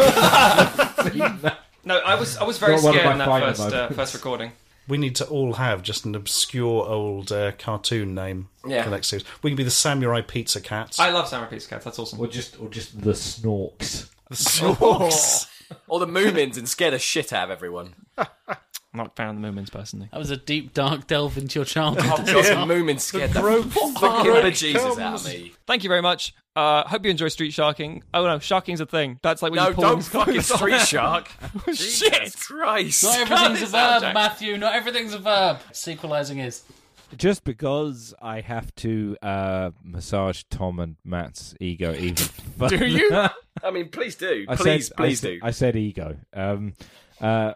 S5: No, I was I was very
S4: Not one of
S5: scared
S4: my
S5: in that
S4: finer
S5: first uh,
S4: moments.
S5: first recording.
S3: We need to all have just an obscure old uh, cartoon name
S2: Yeah.
S3: for next series. We can be the Samurai Pizza Cats.
S5: I love Samurai Pizza Cats. That's awesome.
S4: or just or just the Snorks.
S3: (laughs) the
S2: (laughs)
S3: Snorks.
S2: All the Moomins and scared the shit out of everyone.
S5: I'm not a fan of the Moomins personally.
S1: That was a deep, dark delve into your childhood.
S2: (laughs) Oh, God, the Moomins scared the, fucking bejesus out of me.
S5: Thank you very much. Uh, hope you enjoy street sharking. Oh no, sharking's a thing. That's like when
S2: No,
S5: you pull
S2: don't
S5: these
S2: fucking
S5: guys on.
S2: street
S5: (laughs)
S2: shark.
S5: Oh, Shit.
S2: Jesus
S1: (laughs)
S5: (laughs)
S2: Christ.
S1: Not everything's a
S5: this out,
S1: verb,
S5: Jack.
S1: Matthew. Not everything's a verb. Sequelizing is.
S4: Just because I have to uh, massage Tom and Matt's ego even
S5: (laughs)
S4: further.
S2: you? I mean, please do.
S4: I
S2: please,
S4: said, I
S2: please
S4: said-
S2: do.
S4: I said ego. Um, uh,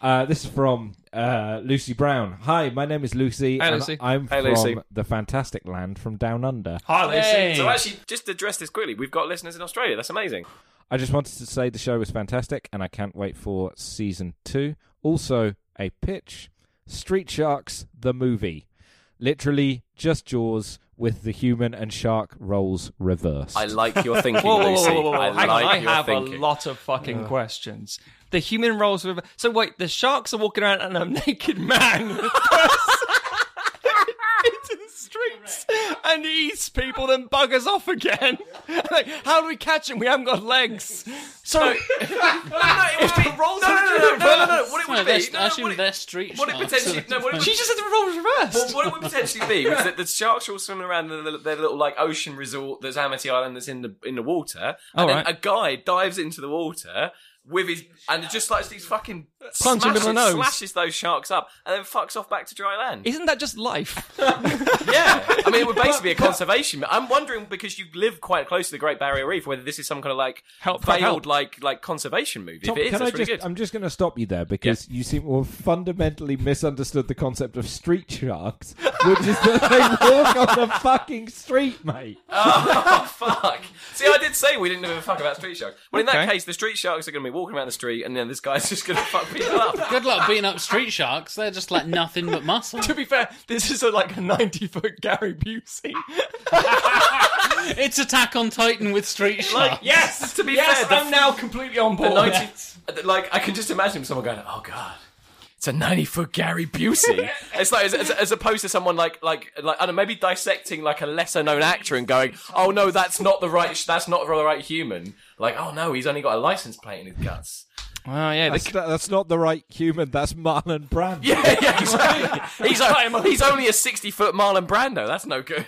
S4: uh, this is from uh, Lucy Brown. Hi, my name is Lucy.
S5: Hi,
S4: and
S5: Lucy.
S4: I'm
S2: Hi,
S4: from
S2: Lucy.
S4: the fantastic land from down under.
S5: Hi, Lucy.
S1: Hey.
S2: so actually, just to address this quickly. We've got listeners in Australia. That's amazing.
S4: I just wanted to say the show was fantastic, and I can't wait for season two. Also, a pitch: Street Sharks the movie, literally just Jaws with the human and shark roles reversed.
S2: I like your thinking,
S5: Whoa, whoa, whoa,
S2: Lucy.
S5: whoa, whoa, whoa.
S2: I
S5: Hang
S2: like
S5: on, I
S2: your
S5: have
S2: thinking.
S5: a lot of fucking questions. The human roles were. So wait, the sharks (laughs) are walking around and a naked man. in the streets. legs and eats people, then buggers off again. (laughs) like, how do we catch him? We haven't got legs. So (laughs)
S2: If the roles no, no, no, no, no, no, no, What it
S1: No,
S2: would
S1: they're,
S2: be? No,
S1: I
S2: no,
S1: assume
S2: what it-
S1: they're street
S2: what it
S1: sharks.
S2: potentially-
S1: (laughs)
S2: no, what it-
S5: she just said the revolver's reversed.
S2: Well, what it would potentially be was that the sharks are all swimming around their, little- their little like ocean resort that's Amity Island that's in the in the water, and
S5: All
S2: then
S5: right.
S2: a guy dives into the water with his and just like these fucking
S5: Punch in the
S2: smashes,
S5: middle of the nose.
S2: slashes those sharks up and then fucks off back to dry land.
S5: Isn't that just life?
S2: yeah, I mean it would
S5: (laughs)
S2: basically be a conservation. I'm wondering because you live quite close to the Great Barrier Reef whether this is some kind of like
S5: Help,
S2: veiled
S5: help.
S2: like like conservation movie.
S4: Tom,
S2: if it is,
S4: can
S2: that's
S4: I
S2: really
S4: just?
S2: good.
S4: I'm just going to stop you there because you seem to have fundamentally misunderstood the concept of street sharks, which is that they walk on the fucking street, mate.
S2: oh, fuck. See, I did say we didn't give a fuck about street sharks. Well, in that
S5: Okay.
S2: case, the street sharks are going to be walking around the street, and then this guy's just going to fuck people up.
S1: Good luck beating up street sharks. They're just like nothing but muscle.
S5: (laughs) to be fair, this is a, like a 90 foot Gary Busey.
S1: it's Attack on Titan with street sharks.
S5: yes!
S2: To be
S5: Yes,
S2: fair, the
S5: I'm now completely on board.
S2: 90, like I can just imagine someone going, "Oh God." It's a ninety-foot Gary
S5: (laughs)
S2: Busey. It's like as, as, as opposed to someone like like like I don't know, maybe dissecting like a lesser-known actor and going, "Oh no, that's not the right. That's not the right human." Like, "Oh no, he's only got a license plate in his guts."
S5: Oh, yeah.
S4: That's, that's not the right human. That's Marlon Brando.
S2: Yeah,
S5: (laughs)
S2: yeah, exactly. he's, o- he's only a sixty-foot Marlon Brando. That's no good.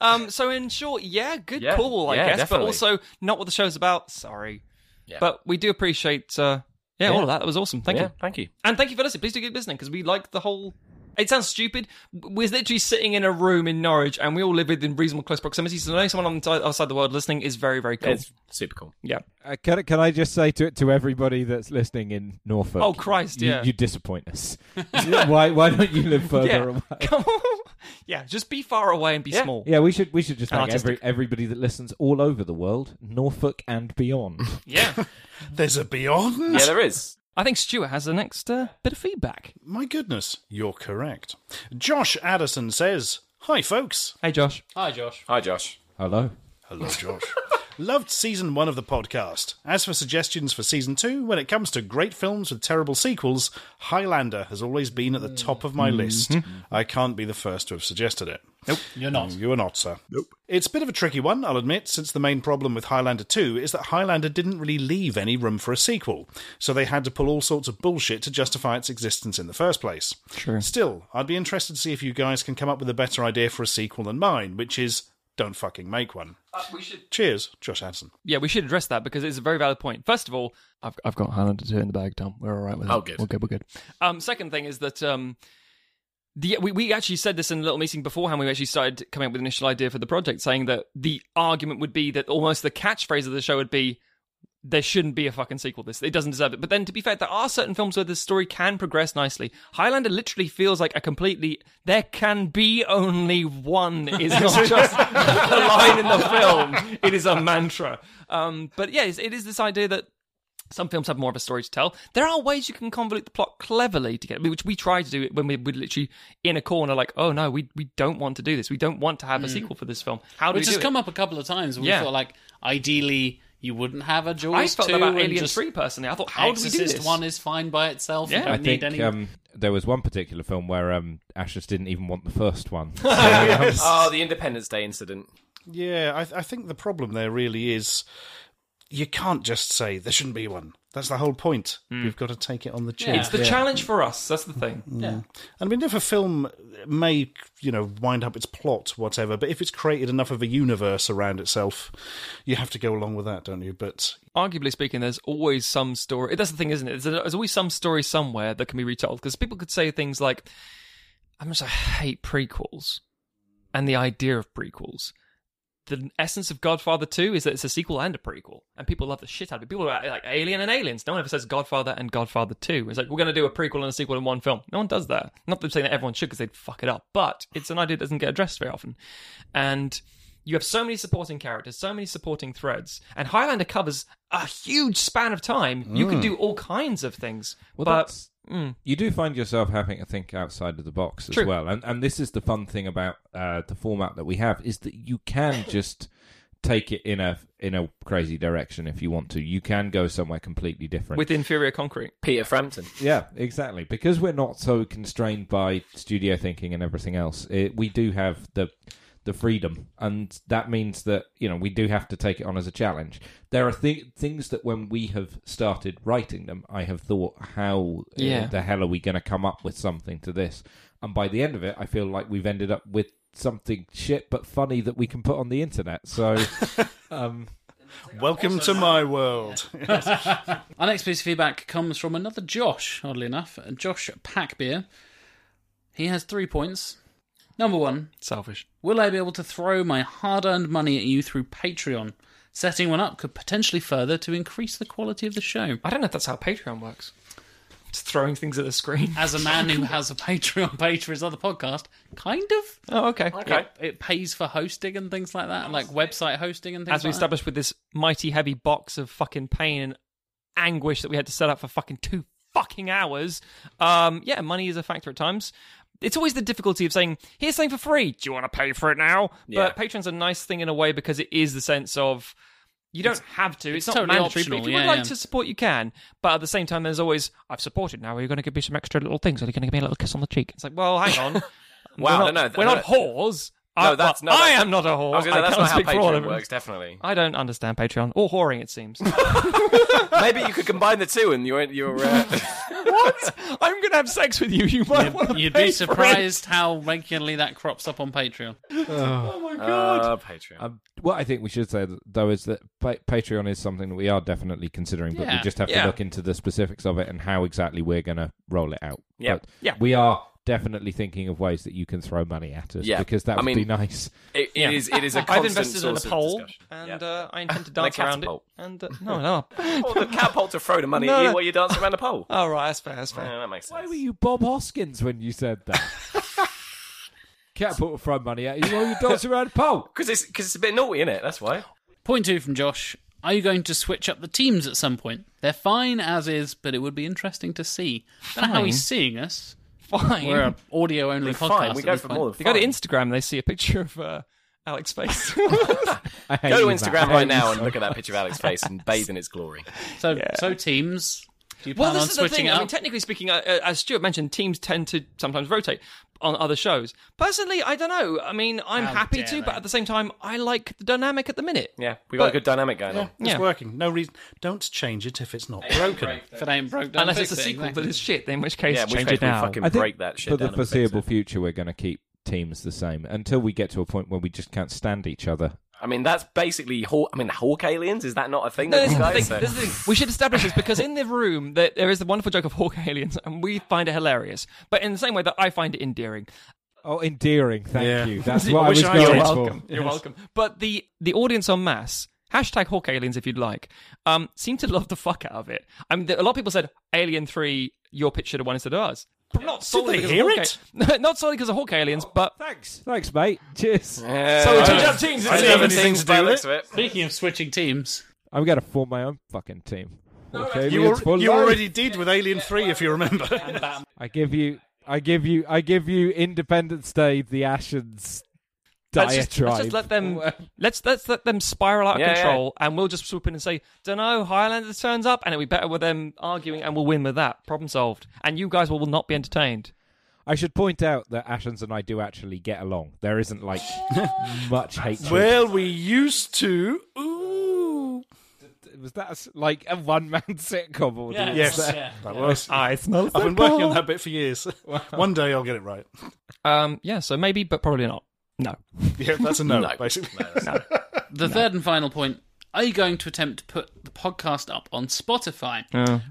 S5: Um, so in short, yeah, good
S2: Yeah,
S5: call, I
S2: yeah,
S5: guess,
S2: definitely.
S5: but also not what the show's about. Sorry,
S2: Yeah.
S5: but we do appreciate, uh, yeah, all of that. That was awesome. Thank you,
S2: thank you.
S5: and thank you for listening. Please do keep listening because we like the whole. It sounds stupid. We're literally sitting in a room in Norwich, and we all live within reasonable close proximity. So knowing someone on the other side of the world listening is very, very cool.
S2: It's super cool. (laughs)
S5: Yeah.
S4: Uh, can, I- can I just say to to everybody that's listening in Norfolk?
S5: Oh, Christ,
S4: you,
S5: yeah.
S4: you disappoint us. (laughs) why why don't you live further
S5: Yeah.
S4: away?
S5: (laughs) Come on. Yeah. Just be far away and be small.
S4: Yeah, we should we should just
S5: And
S4: make every,
S5: artistic.
S4: everybody that listens all over the world, Norfolk and beyond.
S2: (laughs)
S5: Yeah.
S3: There's a beyond.
S2: Yeah, there is.
S5: I think Stuart has the next uh, bit of feedback.
S3: My goodness, you're correct. Josh Addison says, "Hi, folks.
S5: Hey, Josh.
S2: Uh,
S1: Hi, Josh.
S2: Hi, Josh.
S4: Hello.
S3: Hello,
S2: (laughs)
S3: Josh." Loved season one of the podcast. As for suggestions for season two, when it comes to great films with terrible sequels, Highlander has always been at the top of my
S2: Mm-hmm.
S3: list. I can't be the first to have suggested it.
S1: You're
S5: Um,
S1: not.
S3: You are not, sir. Nope. It's a bit of a tricky one, I'll admit, since the main problem with Highlander 2 is that Highlander didn't really leave any room for a sequel, so they had to pull all sorts of bullshit to justify its existence in the first place. Sure. Still, I'd be interested to see if you guys can come up with a better idea for a sequel than mine, which is don't fucking make one.
S2: we should.
S3: Cheers, Josh Addison.
S5: Yeah, we should address that because it's a very valid point. First of all, I've, I've got Highlander 2 in the bag, Tom. We're all right with it.
S2: Oh, good.
S5: We're good. We're good. Um, second thing is that um, the we, we actually said this in a little meeting beforehand. We actually started coming up with an initial idea for the project, saying that the argument would be that almost the catchphrase of the show would be there shouldn't be a fucking sequel. This it doesn't deserve it. But then, to be fair, there are certain films where the story can progress nicely. Highlander literally feels like a completely there can be only one
S1: (laughs)
S5: is not just a line in the film. It is a mantra. Um, but yeah, it's, it is this idea that some films have more of a story to tell. There are ways you can convolute the plot cleverly to get, which we try to do when we- we're literally in a corner, like, oh no, we we don't want to do this. We don't want to have a sequel for this film. How do
S1: Hmm. Which
S5: we
S1: has
S5: do
S1: come
S5: it?
S1: up a couple of times. We
S5: Yeah.
S1: thought like, ideally, you wouldn't have a Jaws
S5: I felt
S1: 2
S5: that about
S1: and
S5: Alien
S1: just
S5: Three personally. I thought, how
S1: Exorcist
S5: do we do this?
S1: One is fine by itself.
S5: Yeah.
S1: you don't
S5: I
S4: I
S1: need
S4: think
S1: any.
S4: um, there was one particular film where um, Ashes didn't even want the first one.
S2: Oh, the Independence Day incident.
S3: Yeah, I, th- I think the problem there really is you can't just say there shouldn't be one. That's the whole point.
S1: Hmm.
S3: You've got to take it on the chin.
S5: It's the challenge for us. That's the thing.
S3: I mean, if a film may, you know, wind up its plot, whatever, but if it's created enough of a universe around itself, you have to go along with that, don't you? But
S5: Arguably speaking, there's always some story. That's the thing, isn't it? There's, there's always some story somewhere that can be retold because people could say things like, "I'm just I hate prequels," and the idea of prequels. The essence of Godfather 2 is that it's a sequel and a prequel, and people love the shit out of it. People are like Alien and Aliens. No one ever says Godfather and Godfather 2. It's like, we're going to do a prequel and a sequel in one film. No one does that. Not that I'm saying that everyone should because they'd fuck it up, but it's an idea that doesn't get addressed very often. And you have so many supporting characters, so many supporting threads, and Highlander covers a huge span of time. You can do all kinds of things.
S4: Mm. Well,
S5: but
S4: that's, you do find yourself having to think outside of the box as
S5: True.
S4: well, and and this is the fun thing about uh, the format that we have is that you can just take it in a in a crazy direction if you want to. You can go somewhere completely different.
S5: with inferior concrete.
S2: Peter Frampton.
S4: yeah, exactly. Because we're not so constrained by studio thinking and everything else, it, we do have the the freedom, and that means that you know we do have to take it on as a challenge. There are th- things that when we have started writing them, I have thought, how uh,
S5: Yeah.
S4: the hell are we going to come up with something to this? And by the end of it, I feel like we've ended up with something shit but funny that we can put on the internet. So. um,
S3: Welcome to my world. (laughs)
S1: Our next piece of feedback comes from another Josh, oddly enough, Josh Packbeer. He has three points. Number one,
S5: Selfish.
S1: will I be able to throw my hard earned money at you through Patreon? Setting one up could potentially further to increase the quality of the show.
S5: I don't know if that's how Patreon works. Just throwing things at the screen. (laughs)
S1: As a man who has a Patreon page for his other podcast, kind of.
S5: Oh, okay.
S2: Okay.
S1: It pays for hosting and things like that, like website hosting and things
S5: As we
S1: like that.
S5: established with this mighty heavy box of fucking pain and anguish that we had to set up for fucking two fucking hours, um, yeah, money is a factor at times. It's always the difficulty of saying, here's something for free. Do you want to pay for it now?
S2: Yeah.
S5: But Patreon's a nice thing in a way because it is the sense of you don't have to.
S1: it's
S5: It's, not
S1: totally
S5: mandatory.
S1: optional,
S5: But if you
S1: yeah,
S5: would like
S1: yeah.
S5: to support, you can. But at the same time, there's always, I've supported now. Are you going to give me some extra little things? Are you going to give me a little kiss on the cheek? It's like, well, hang on.
S2: Wow,
S5: We're not,
S2: no, no, th-
S5: we're
S2: no.
S5: not whores.
S2: No,
S5: I,
S2: that's-
S5: that's,
S2: no,
S5: I
S2: that's-
S5: am not a whore.
S2: I was going to say, that's
S5: can't
S2: not how
S5: speak for all of
S2: Patreon
S5: them.
S2: works, definitely.
S5: I don't understand Patreon or whoring. It seems.
S2: Maybe you could combine the two and you're. you're
S5: (laughs)
S2: uh,
S5: what? (laughs) I'm gonna have sex with you. You might want to. (laughs)
S1: You'd be surprised how regularly that crops up on Patreon.
S2: uh, Patreon.
S4: Um, what I think we should say though is that pa- Patreon is something that we are definitely considering, but
S1: Yeah.
S4: we just have
S5: Yeah.
S4: to look into the specifics of it and how exactly we're going to roll it out.
S2: Yeah.
S4: But
S5: Yeah.
S4: we are definitely thinking of ways that you can throw money at us
S2: Yeah.
S4: because that
S2: I
S4: would
S2: mean-
S4: be
S2: (laughs)
S4: nice.
S2: It, it is. It is a
S5: I've
S2: constant
S5: invested in a
S2: source
S5: pole,
S2: of discussion.
S5: and
S2: yeah. (laughs)
S5: uh, I intend to dance
S2: And a
S5: around it.
S2: catapult.
S5: And uh, no, no. (laughs)
S2: Or the catapult to throw the money
S5: No,
S2: at you
S5: no.
S2: while you're dancing around
S5: (laughs)
S2: a pole.
S5: All right, that's fair. That's fair.
S2: Yeah, that makes sense.
S4: Why were you Bob Hoskins when you said (laughs) that? Can't put throw money at you while you dance around a pole.
S2: (laughs) Because it's because it's a bit naughty, innit? That's why.
S1: Point two from Josh. Are you going to switch up the teams at some point? They're fine as is, but it would be interesting to see. Don't know how
S5: Fine.
S1: he's seeing us.
S5: Fine.
S1: We're an audio only podcast.
S2: Fine, we
S1: at
S2: go
S1: this
S2: for
S1: point.
S2: more than
S5: They go to
S2: fine.
S5: Instagram. They see a picture of uh,
S1: (laughs)
S5: Alex's face.
S4: I hate
S2: Go
S4: you,
S2: to
S4: Matt. I
S2: Instagram
S4: hate
S2: right
S4: you
S2: now
S4: so
S2: and look at (laughs) that picture of Alex's face and bathe in its glory.
S1: So, so teams. Do you plan
S5: well, this
S1: on
S5: is the
S1: switching
S5: thing.
S1: it
S5: I
S1: up?
S5: mean, technically speaking, uh, uh, as Stuart mentioned, teams tend to sometimes rotate on other shows. Personally, I don't know. I mean, I'm
S1: How
S5: happy
S1: dare
S5: to,
S1: they.
S5: but at the same time, I like the dynamic at the minute.
S2: (laughs) Yeah, we got
S5: But-
S2: a good dynamic going on.
S3: It's
S5: Yeah.
S3: working. No reason. Don't change it if it's not broken.
S1: if it ain't broke, don't
S5: Unless
S1: fix
S5: it's a
S1: it,
S5: sequel
S1: exactly.
S5: that is shit, then in which case
S2: Yeah, in which
S5: change
S2: case
S5: it
S2: we
S5: now.
S2: fucking
S4: I think
S2: break that shit
S4: for
S2: down
S4: the
S2: and fix
S4: foreseeable
S2: it.
S4: future. We're going to keep teams the same until we get to a point where we just can't stand each other.
S2: I mean, that's basically Hawk. I mean, Hawk aliens is that not a thing?
S5: No,
S2: that
S5: this
S2: you
S5: is the
S2: guys
S5: thing.
S2: say?
S5: This is the thing. We should establish this because in the room there, there is the wonderful joke of hawk aliens, and we find it hilarious. But in the same way that I find it endearing,
S4: Oh, endearing. Thank
S3: Yeah.
S4: you. That's
S3: (laughs) I
S4: what I,
S3: wish
S4: was
S3: I
S4: going for.
S3: did. You're
S5: welcome. You're welcome. But the the audience en masse. Hashtag Hawk Aliens, if you'd like, um, seem to love the fuck out of it. I mean, there- a lot of people said Alien Three, your pitch should have won instead of ours. Not solely
S3: they
S5: because of
S3: hear
S5: Hawk A- (laughs) not solely because of Hawk Aliens, but
S4: Thanks. Thanks, mate.
S3: (laughs)
S4: Cheers.
S2: so
S5: we change up teams,
S3: I
S5: it's
S3: don't have
S5: even
S3: anything to do with it.
S1: (laughs) Speaking of switching teams,
S4: I'm going to form my own fucking team. Okay,
S3: You,
S4: it's
S3: al-
S4: for
S3: you
S4: life.
S3: already did with Alien Three, if you remember.
S4: I give you. I give you. I give you Independence Day. The Ashens.
S5: let's just,
S4: diatribe.
S5: let's just let them (laughs) let's let's let them spiral out of
S2: Yeah,
S5: control, and we'll just swoop in and say, "Dunno, Highlander turns up, and it'll be better with them arguing, and we'll win with that. Problem solved." And you guys will, will not be entertained.
S4: I should point out that Ashens and I do actually get along. There isn't
S3: (laughs)
S4: like much hatred.
S3: well, we used to. Ooh.
S4: Was that s- like a one-man (laughs) sitcom? Or did-
S3: Yes,
S1: Yeah.
S3: that was.
S5: I smell.
S3: (laughs) I've been working on that bit for years. One day I'll get it right. (laughs)
S5: Um, yeah, so maybe, but probably not. No.
S3: Yeah, that's a no,
S2: No.
S3: basically.
S1: the third and final point. Are you going to attempt to put the podcast up on Spotify?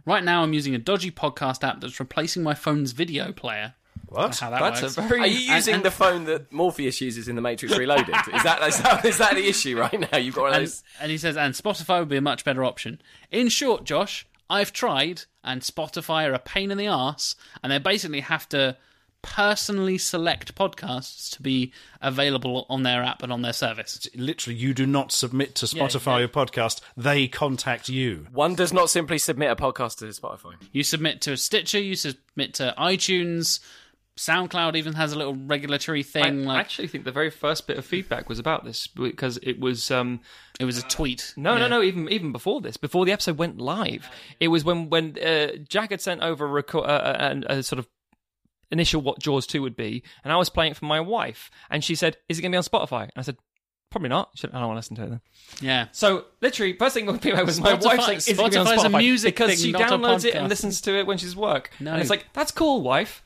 S1: Right now, I'm using a dodgy podcast app that's replacing my phone's video player.
S3: (laughs) What?
S1: How that
S5: That's
S1: works.
S5: a very.
S2: Are you using the phone that Morpheus uses in The Matrix Reloaded? Is that is that, is that the issue right now? You've got one of
S1: and,
S2: those.
S1: and he says, and Spotify would be a much better option. In short, Josh, I've tried, and Spotify are a pain in the ass, and they basically have to personally select podcasts to be available on their app and on their service.
S3: Literally, you do not submit to Spotify
S1: yeah.
S3: a podcast. They contact you.
S2: One does not simply submit a podcast to Spotify.
S1: You submit to Stitcher, you submit to iTunes, SoundCloud even has a little regulatory
S5: I
S1: thing. like
S5: actually think the very first bit of feedback was about this because it was um,
S1: it was a tweet.
S5: No,
S1: Yeah.
S5: no, no. Even even before this, before the episode went live, it was when when uh, Jack had sent over a, reco- uh, uh, and a sort of initial what Jaws two would be, and I was playing it for my wife, and she said, "Is it going to be on Spotify?" And I said, "Probably not." She said, "I don't want to listen to it then."
S1: Yeah.
S5: So literally, first thing on PMA was my
S1: Spotify-
S5: wife saying, "Is it going to be on
S1: Spotify's a
S5: Spotify?"
S1: music
S5: because
S1: thing,
S5: she
S1: not a
S5: downloads it
S1: podcast.
S5: and listens to it when she's at work,
S1: No.
S5: and it's like, "That's cool, wife."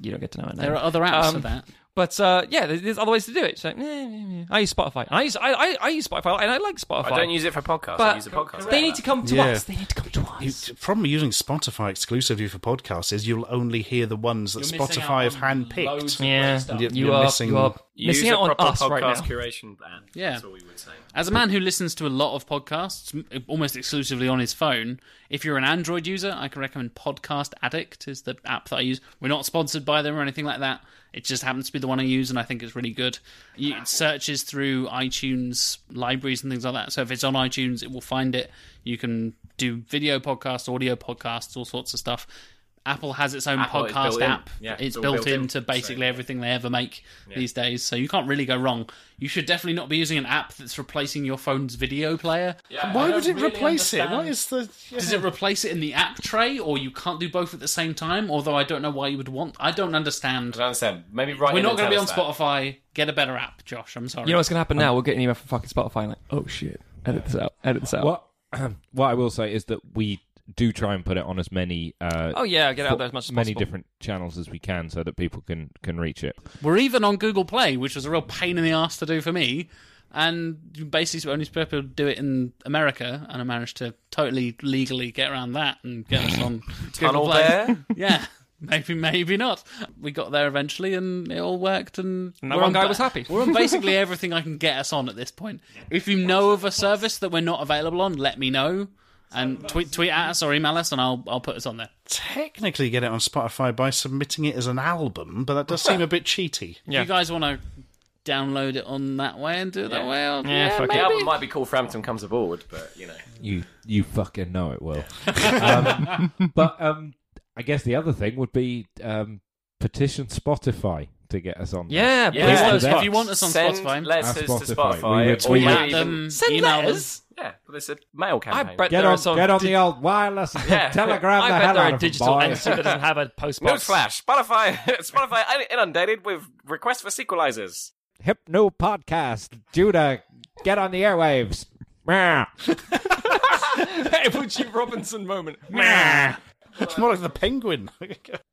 S5: You don't get to know it. Now.
S1: There are other apps
S5: Um,
S1: for that.
S5: But uh, yeah, there's, there's other ways to do it. So eh, eh, eh. I use Spotify. I use I, I, I use Spotify, and I like Spotify.
S2: I don't use it for podcasts. I
S5: But
S2: use a podcast.
S5: They need to come to
S3: Yeah.
S5: us. They need to come to
S3: You-
S5: us.
S3: The problem with using Spotify exclusively for podcasts is you'll only hear the ones that Spotify have handpicked.
S5: Yeah,
S3: Yeah,
S5: you
S3: you're
S5: are
S3: missing-
S5: you are
S2: Use
S5: missing
S2: a
S5: out on
S2: proper
S5: us
S2: podcast
S5: right now.
S2: curation plan.
S1: Yeah.
S2: That's all we would say.
S1: As a man who listens to a lot of podcasts, m- almost exclusively on his phone, if you're an Android user, I can recommend Podcast Addict is the app that I use. We're not sponsored by them or anything like that. It just happens to be the one I use, and I think it's really good. You, it searches through iTunes libraries and things like that. So if it's on iTunes, it will find it. You can do video podcasts, audio podcasts, all sorts of stuff. Apple has its own
S2: Apple is
S1: podcast
S2: built in.
S1: app.
S2: Yeah,
S1: it's
S2: it's all
S1: built,
S2: built in.
S1: into basically
S2: So-
S1: everything they ever make these days, so you can't really go wrong. You should definitely not be using an app that's replacing your phone's video player.
S3: Why would it replace it? What is the?
S1: Does it replace it in the app tray, or you can't do both at the same time? Although I don't know why you would want. I don't
S2: I
S1: understand.
S2: don't understand. Maybe right.
S1: We're not going to be on Spotify. Get a better app, Josh. I'm sorry.
S5: You know what's gonna happen now? We'll get an email from fucking Spotify. And like, oh shit, edit this out. Edit this out.
S4: What (clears throat) what I will say is that we do try and put it on as many uh,
S5: Oh yeah, get out there as much as
S4: many
S5: possible.
S4: different channels as we can so that people can can reach it.
S1: We're even on Google Play, which was a real pain in the ass to do for me. And you basically only supposed to do it in America, and I managed to totally legally get around that and get us
S5: (laughs)
S1: on Google
S2: Tunnel
S1: Play.
S2: there.
S1: (laughs) yeah, maybe, maybe not. We got there eventually, and it all worked. And,
S5: And that
S1: we're
S5: one
S1: on
S5: guy was happy.
S1: We're
S5: (laughs)
S1: on basically everything I can get us on at this point. If you know of a service that we're not available on, let me know and tweet tweet at us or email us, and I'll I'll put us on there.
S3: Technically, get it on Spotify by submitting it as an album, but that does seem a bit cheaty. (laughs)
S5: Yeah.
S1: If you guys want to download it on that way and do it that way, I'll,
S5: Yeah, fuck it.
S2: The
S1: maybe.
S2: album might be called Frampton Comes Aboard, but you know.
S4: You you fucking know
S5: (laughs)
S4: it will. um, but um, I guess the other thing would be um, petition Spotify to get us on.
S5: Yeah,
S4: there.
S2: Yeah.
S5: please
S1: If you want-
S5: do that.
S1: if you (laughs) want us on
S2: Send
S1: Spotify,
S2: letters
S4: At
S2: to
S4: Spotify.
S2: Spotify.
S4: We
S2: or
S4: would tweet
S2: you
S4: at
S2: even-
S1: them,
S5: Send
S1: email
S5: letters.
S1: them.
S2: Yeah, well, there's a mail
S5: I
S2: campaign.
S5: bet
S4: Get
S5: there
S4: on,
S5: are some.
S4: get on
S5: di-
S4: the old wireless.
S2: Yeah.
S4: Telegram the
S5: (laughs) I bet
S4: hell
S5: there
S4: out
S5: are
S4: of
S5: digital
S4: them, boy. (laughs)
S5: entities that doesn't have a post box. (laughs)
S2: Newsflash: Spotify, (laughs) Spotify inundated with requests for sequelizers.
S4: Hip new podcast. Judah, get on the airwaves. Meh.
S5: Edward G. Robinson moment.
S3: It's more like the penguin. (laughs)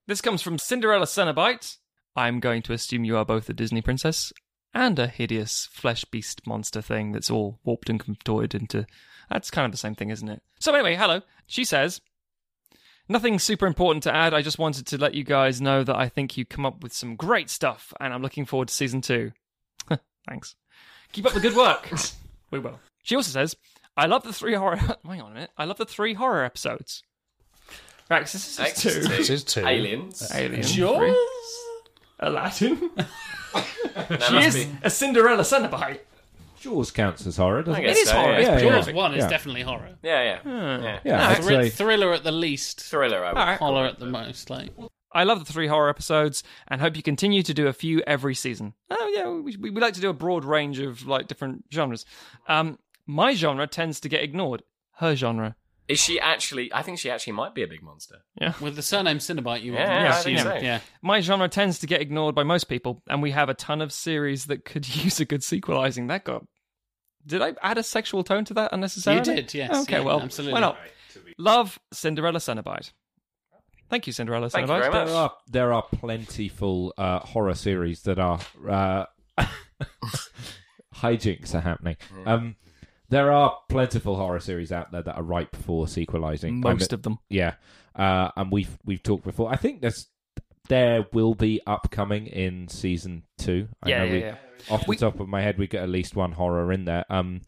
S5: This comes from Cinderella Cenobite. I'm going to assume you are both a Disney princess and a hideous flesh beast monster thing that's all warped and contorted into. That's kind of the same thing, isn't it? So, anyway, hello. She says, Nothing super important to add. I just wanted to let you guys know that I think you come up with some great stuff and I'm looking forward to season two. (laughs) Thanks. Keep up the good work. we will. She also says, I love the three horror. (laughs) Hang on a minute. I love the three horror episodes. Right, 'cause this is two.
S3: This is two.
S2: Aliens.
S5: Aliens.
S1: Jaws?
S5: Aladdin.
S2: That
S5: she
S2: must
S5: is
S2: be-
S5: a Cinderella Cenobite.
S4: Jaws counts as horror, doesn't
S2: I
S4: it?
S2: guess
S5: It is
S2: so,
S5: horror.
S2: yeah.
S5: It's
S4: Yeah,
S2: pure
S4: yeah.
S1: Jaws one is
S4: Yeah.
S1: definitely horror.
S2: Yeah, yeah. yeah.
S4: Yeah, I'd
S1: Thri-
S4: say-
S1: thriller at the least,
S2: Thriller, I would.
S5: Alright.
S1: horror at the most. Like
S5: I love the three horror episodes and hope you continue to do a few every season. Oh, yeah, we, we we like to do a broad range of like different genres. Um, my genre tends to get ignored. Her genre.
S2: Is she actually? I think she actually might be a big monster.
S1: with the surname Cinnabite, you
S2: Yeah,
S5: I
S1: Mm, yeah,
S5: think
S2: so.
S1: yeah.
S5: My genre tends to get ignored by most people, and we have a ton of series that could (laughs) use a good sequelizing. That got. Did I add a sexual tone to that unnecessarily?
S1: You did, yes.
S5: Okay,
S1: Yeah,
S5: well,
S1: absolutely.
S5: why not? Love Cinderella Cenobite. Thank you, Cinderella
S2: Thank you
S5: Cenobite.
S2: very much.
S4: There are there are plentiful uh, horror series that are uh, (laughs) hijinks are happening. Um, there are plentiful horror series out there that are ripe for sequelizing.
S5: Most of them.
S4: yeah, uh, and we've we've talked before. I think there's there will be upcoming in season two. I
S5: Yeah,
S4: know
S5: yeah,
S4: we,
S5: yeah.
S4: Off the top of my head, we get at least one horror in there. Um,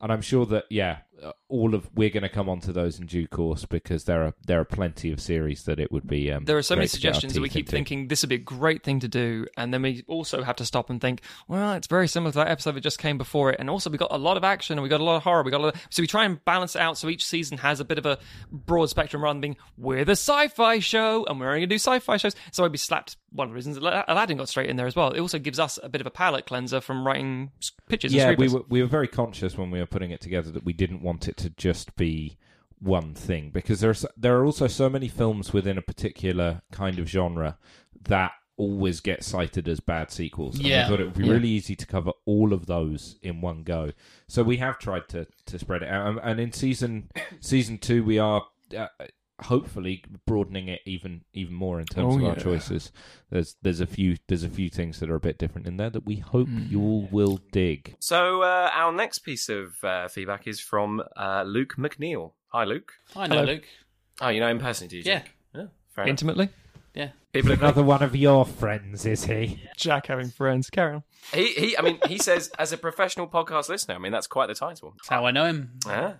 S4: and I'm sure that yeah, uh, all of we're going to come onto those in due course because there are there are plenty of series that it would be. Um,
S5: There are so many
S4: great to get our
S5: suggestions that we
S4: teeth
S5: keep
S4: into.
S5: thinking this would be a great thing to do, and then we also have to stop and think, well, it's very similar to that episode that just came before it, and also we got a lot of action and we got a lot of horror, we got a lot so we try and balance it out so each season has a bit of a broad spectrum rather than being we're the sci-fi show and we're only going to do sci-fi shows. So I'd be slapped. One of the reasons Ala- Aladdin got straight in there as well. It also gives us a bit of a palate cleanser from writing s- pitches. and
S4: Yeah, we
S5: screenplays.
S4: were we were very conscious when we were putting it together that we didn't want it to just be one thing because there's there are also so many films within a particular kind of genre that always get cited as bad sequels. And
S1: Yeah.
S4: we thought it would be really easy to cover all of those in one go. So we have tried to to spread it out, Um, and in season season two we are. Uh, hopefully broadening it even even more in terms
S5: Oh,
S4: of our
S5: yeah.
S4: choices there's there's a few there's a few things that are a bit different in there that we hope
S5: Hmm.
S4: you all will dig
S2: So uh, our next piece of uh, feedback is from uh, Luke McNeil. Hi, Luke.
S1: I know, Luke.
S2: Oh, you know him personally, do you?
S1: Yeah.
S2: Jack? Yeah. Fair enough.
S5: intimately.
S1: Yeah.
S2: People are
S4: Another one of your friends, is he?
S5: Jack having friends. Carry on.
S2: He, he, I mean, he says, as a professional podcast listener, I mean, that's quite the title.
S1: That's how I know him.
S2: Ah.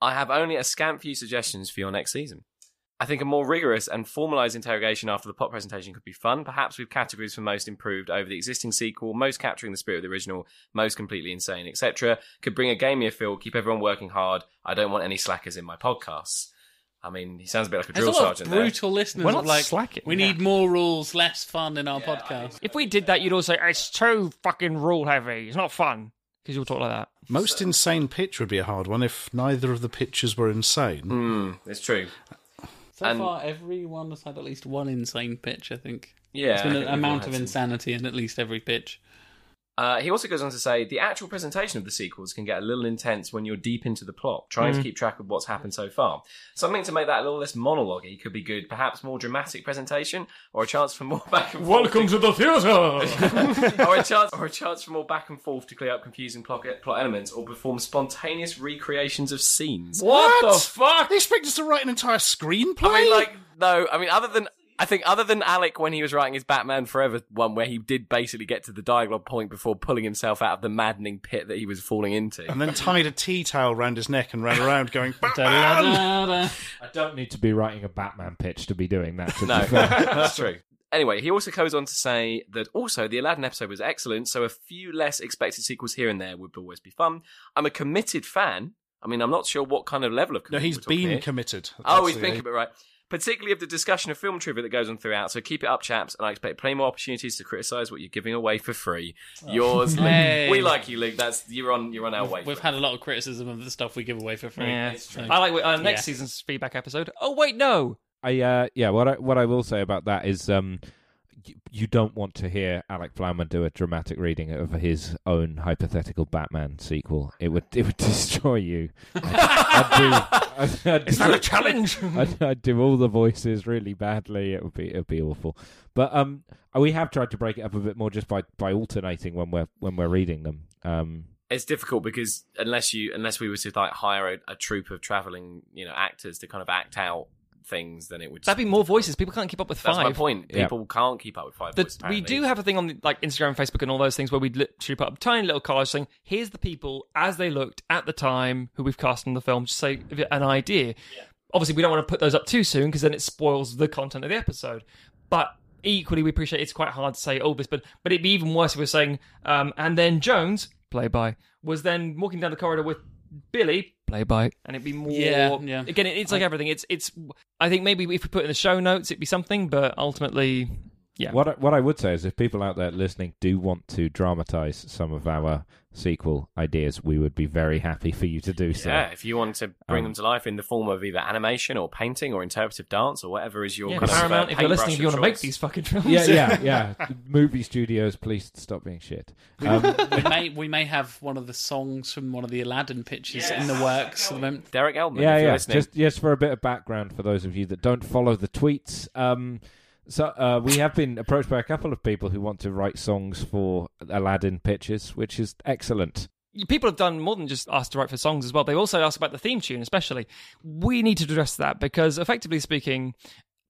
S2: I have only a scant few suggestions for your next season. I think a more rigorous and formalized interrogation after the pop presentation could be fun, perhaps with categories for most improved over the existing sequel, most capturing the spirit of the original, most completely insane, etc. Could bring a gamier feel, keep everyone working hard. I don't want any slackers in my podcasts. I mean, he sounds a bit like a
S1: There's
S2: drill
S1: a lot of
S2: sergeant there.
S1: brutal listeners
S5: We're
S1: of
S5: not
S1: like,
S5: slacking.
S1: we
S5: Yeah.
S1: need more rules, less fun in our podcast.
S5: If we did that, you'd all say it's too fucking rule heavy. It's not fun because you'll talk like that.
S3: Most insane pitch would be a hard one if neither of the pitches were insane.
S2: Hmm, it's true.
S1: So
S2: And-
S1: far, everyone has had at least one insane pitch, I think.
S2: Yeah.
S1: There's
S2: I
S1: been an
S2: think we've all
S1: amount
S2: had
S1: of
S2: some-
S1: insanity in at least every
S2: (laughs)
S1: pitch.
S2: Uh, he also goes on to say the actual presentation of the sequels can get a little intense when you're deep into the plot, trying to keep track of what's happened so far. Something to make that a little less monologue could be good, perhaps more dramatic presentation, or a chance for more back and
S5: Welcome to the theatre.
S2: (laughs) forth, or a chance, or a chance for more back and forth to clear up confusing plot, plot elements, or perform spontaneous recreations of scenes.
S3: What?
S2: the fuck?
S3: They expect us to write an entire screenplay?
S2: I mean, like, no, I mean, other than. I think other than Alec when he was writing his Batman Forever one, where he did basically get to the dialogue point before pulling himself out of the maddening pit that he was
S3: (laughs)
S2: falling into.
S3: and then tied a tea towel round his neck and ran around going, "Batman!"
S1: Da-da-da-da.
S4: I don't need to be writing a Batman pitch to be doing that. To
S3: (laughs)
S2: (laughs) No,
S4: be fair.
S2: that's true. Anyway, he also goes on to say that also the Aladdin episode was excellent, so a few less expected sequels here and there would always be fun. I'm a committed fan. I mean, I'm not sure what kind of level of
S3: No,
S2: commitment
S3: he's
S2: we're talking
S3: been
S2: here.
S3: committed.
S2: Oh, he's
S3: That's
S2: been
S3: the-
S2: committed, right? Particularly of the discussion of film trivia that goes on throughout. So keep it up, chaps, and I expect plenty more opportunities to criticise what you're giving away
S3: (laughs)
S2: for free. Yours,
S1: Yay.
S2: Luke. we like you, Luke. That's you're on you're on our way.
S1: We've had a lot of criticism of the stuff we give away for free.
S5: yeah,
S1: So-
S5: I like uh, next
S1: Yeah.
S5: season's feedback episode. Oh wait, no.
S4: I uh, yeah. What I, what I will say about that is um, you, you don't want to hear Alec Flowman do a dramatic reading of his own hypothetical Batman sequel. It would it would (laughs) destroy you. I'd, I'd do, I'd, I'd do-
S5: challenge.
S4: I'd, I'd do all the voices really badly. It would be it'd be awful. But um, we have tried to break it up a bit more just by, by alternating when we're when we're reading them. Um,
S2: it's difficult because unless you unless we were to like hire a, a troupe of traveling you know actors to kind of act out things, then it would
S5: That'd be more voices. People can't keep up with
S2: That's my
S5: five.
S2: point.
S4: Yeah.
S2: People can't keep up with five.
S5: The-
S2: voices,
S5: we
S2: apparently.
S5: do have a thing on like Instagram, and Facebook, and all those things where we literally put up tiny little collage saying, "Here's the people as they looked at the time who we've cast in the film." Just say an idea. Obviously, we don't want to put those up too soon because then it spoils the content of the episode. But equally, we appreciate it's quite hard to say all this, but but it'd be even worse if we we're saying, um, and then Jones, play by, was then walking down the corridor with Billy, play by, and it'd be more.
S1: Yeah, yeah.
S5: Again, it- it's like everything. It's it's. I think maybe if we put it in the show notes, it'd be something, but ultimately. Yeah.
S4: What I, what I would say is, if people out there listening do want to dramatize some of our sequel ideas, we would be very happy for you to do so.
S2: Yeah, if you want to bring
S4: Um,
S2: them to life in the form of either animation or painting or interpretive dance or whatever is your
S5: Yeah,
S2: kind of, uh,
S5: Paramount, if you're
S2: paintbrush
S5: listening, if you
S2: of
S5: want to make
S2: choice.
S5: these fucking films.
S4: Yeah,
S5: (laughs)
S4: yeah, yeah. Movie studios, please stop being shit. Um,
S1: we may we may have one of the songs from one of the Aladdin pitches in the works at the moment.
S2: Derek Elman,
S4: yeah,
S2: if you're
S4: yeah.
S2: listening,
S4: Just just for a bit of background for those of you that don't follow the tweets. Um, so uh, we have been approached by a couple of people who want to write songs for Aladdin pitches, which is excellent.
S5: People have done more than just asked to write for songs as well. They also asked about the theme tune, especially. We need to address that because, effectively speaking,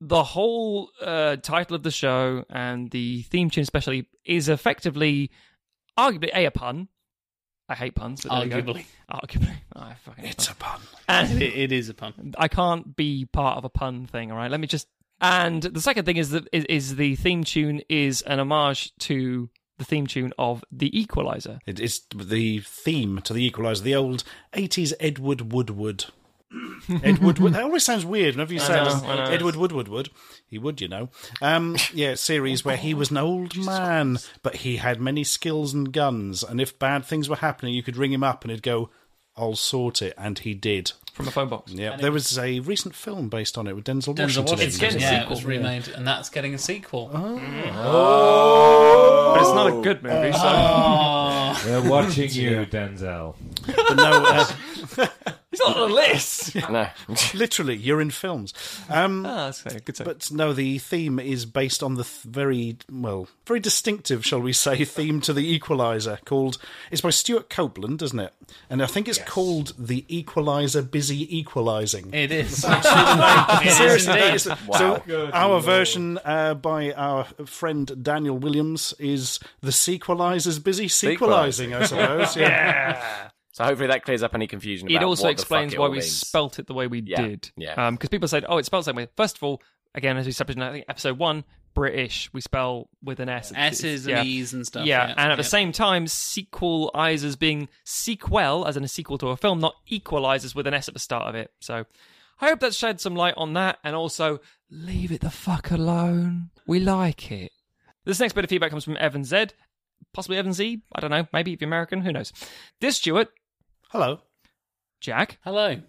S5: the whole uh, title of the show and the theme tune, especially, is effectively, arguably, a, a pun, I hate puns, but there we go.
S1: Arguably,
S5: Arguably. (laughs) I fucking hate
S3: It's a pun.
S5: puns.
S1: it, it is a pun.
S5: I can't be part of a pun thing. All right, let me just. And the second thing is that is, is the theme tune is an homage to the theme tune of The Equalizer.
S3: It is the theme to the Equalizer, the old '80s Edward Woodward. Edward Wood. That always sounds weird whenever you say
S5: know,
S3: it.
S5: I know.
S3: Edward Woodward would. He would, you know. Um, yeah, series where he was an old man, but he had many skills and guns. And if bad things were happening, you could ring him up and he'd go, "I'll sort it," and he did.
S5: From a phone box.
S3: Yeah, there was a recent film based on it with Denzel,
S1: Denzel
S3: Washington.
S1: Washington.
S5: It's getting a
S1: yeah, it
S5: sequel,
S1: was
S5: yeah.
S1: remade, and that's getting a sequel.
S5: But it's not a good movie, so (laughs)
S4: We're watching you, Denzel.
S3: But no,
S1: (laughs)
S3: uh,
S5: it's not on the list.
S2: No. (laughs)
S3: literally, you're in films. Um,
S1: (laughs)
S5: Ah, that's a good. But
S3: But no, the theme is based on the th- very well, very distinctive, shall we
S1: (laughs)
S3: say, theme to the Equalizer called. It's by Stuart Copeland, isn't it? And I think it's called the Equalizer Busy Equalizing.
S1: It
S5: (laughs)
S1: is. It is
S3: (laughs) Seriously,
S1: indeed.
S3: that is- so our version uh, by our friend Daniel Williams is the Sequelizer's busy sequelizing, I
S1: (laughs)
S3: suppose. yeah.
S2: So hopefully that clears up any confusion.
S5: it
S2: about
S5: also
S2: what the
S5: explains
S2: fuck it
S5: why
S2: all
S5: we
S2: means.
S5: spelt it the way we
S2: Yeah,
S5: did.
S2: yeah.
S5: Because people said, "Oh, it's spelled the same way." First of all, again, as we said in I think episode one, British, we spell with an S. It's-
S1: S's
S5: yeah.
S1: and E's and stuff.
S5: yeah, and at the
S1: yeah.
S5: same time, sequelizers being sequel, as in a sequel to a film, not equalizers with an S at the start of it. So I hope that shed some light on that, and also leave it the fuck alone. We like it. This next bit of feedback comes from Evan Z, possibly Evan Z. I don't know. Maybe if you're American, who knows? This Stuart,
S3: Hello.
S5: Jack,
S1: Hello.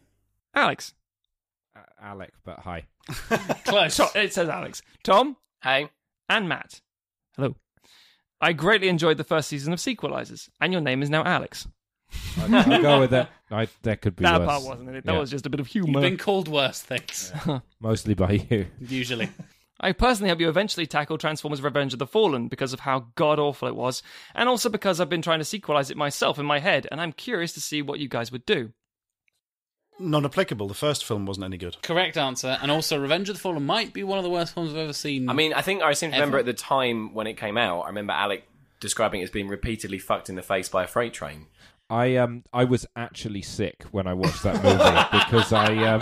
S5: Alex.
S4: Alec,
S5: (laughs)
S4: but hi.
S1: Close.
S5: So- It says Alex, Tom,
S2: Hey,
S5: and Matt. Hello. I greatly enjoyed the first season of Sequelizers, and your name is now Alex.
S4: I'll go with that. I, that could be
S5: That
S4: worse.
S5: part wasn't it. That
S4: Yeah.
S5: was just a bit of
S1: You've
S5: humor.
S1: been called worse things.
S4: Mostly by you.
S5: (laughs)
S1: Usually.
S5: I personally hope you eventually tackle Transformers Revenge of the Fallen because of how god awful it was, and also because I've been trying to sequelize it myself in my head, and I'm curious to see what you guys would do.
S3: Non-applicable. The first film wasn't any good.
S1: Correct answer. And also, Revenge of the Fallen might be one of the worst films I've ever seen.
S2: I mean, I think I seem to remember
S1: Ever.
S2: at the time when it came out. I remember Alec describing it as being repeatedly fucked in the face by a freight train.
S4: I um I was actually sick when I watched that movie because I um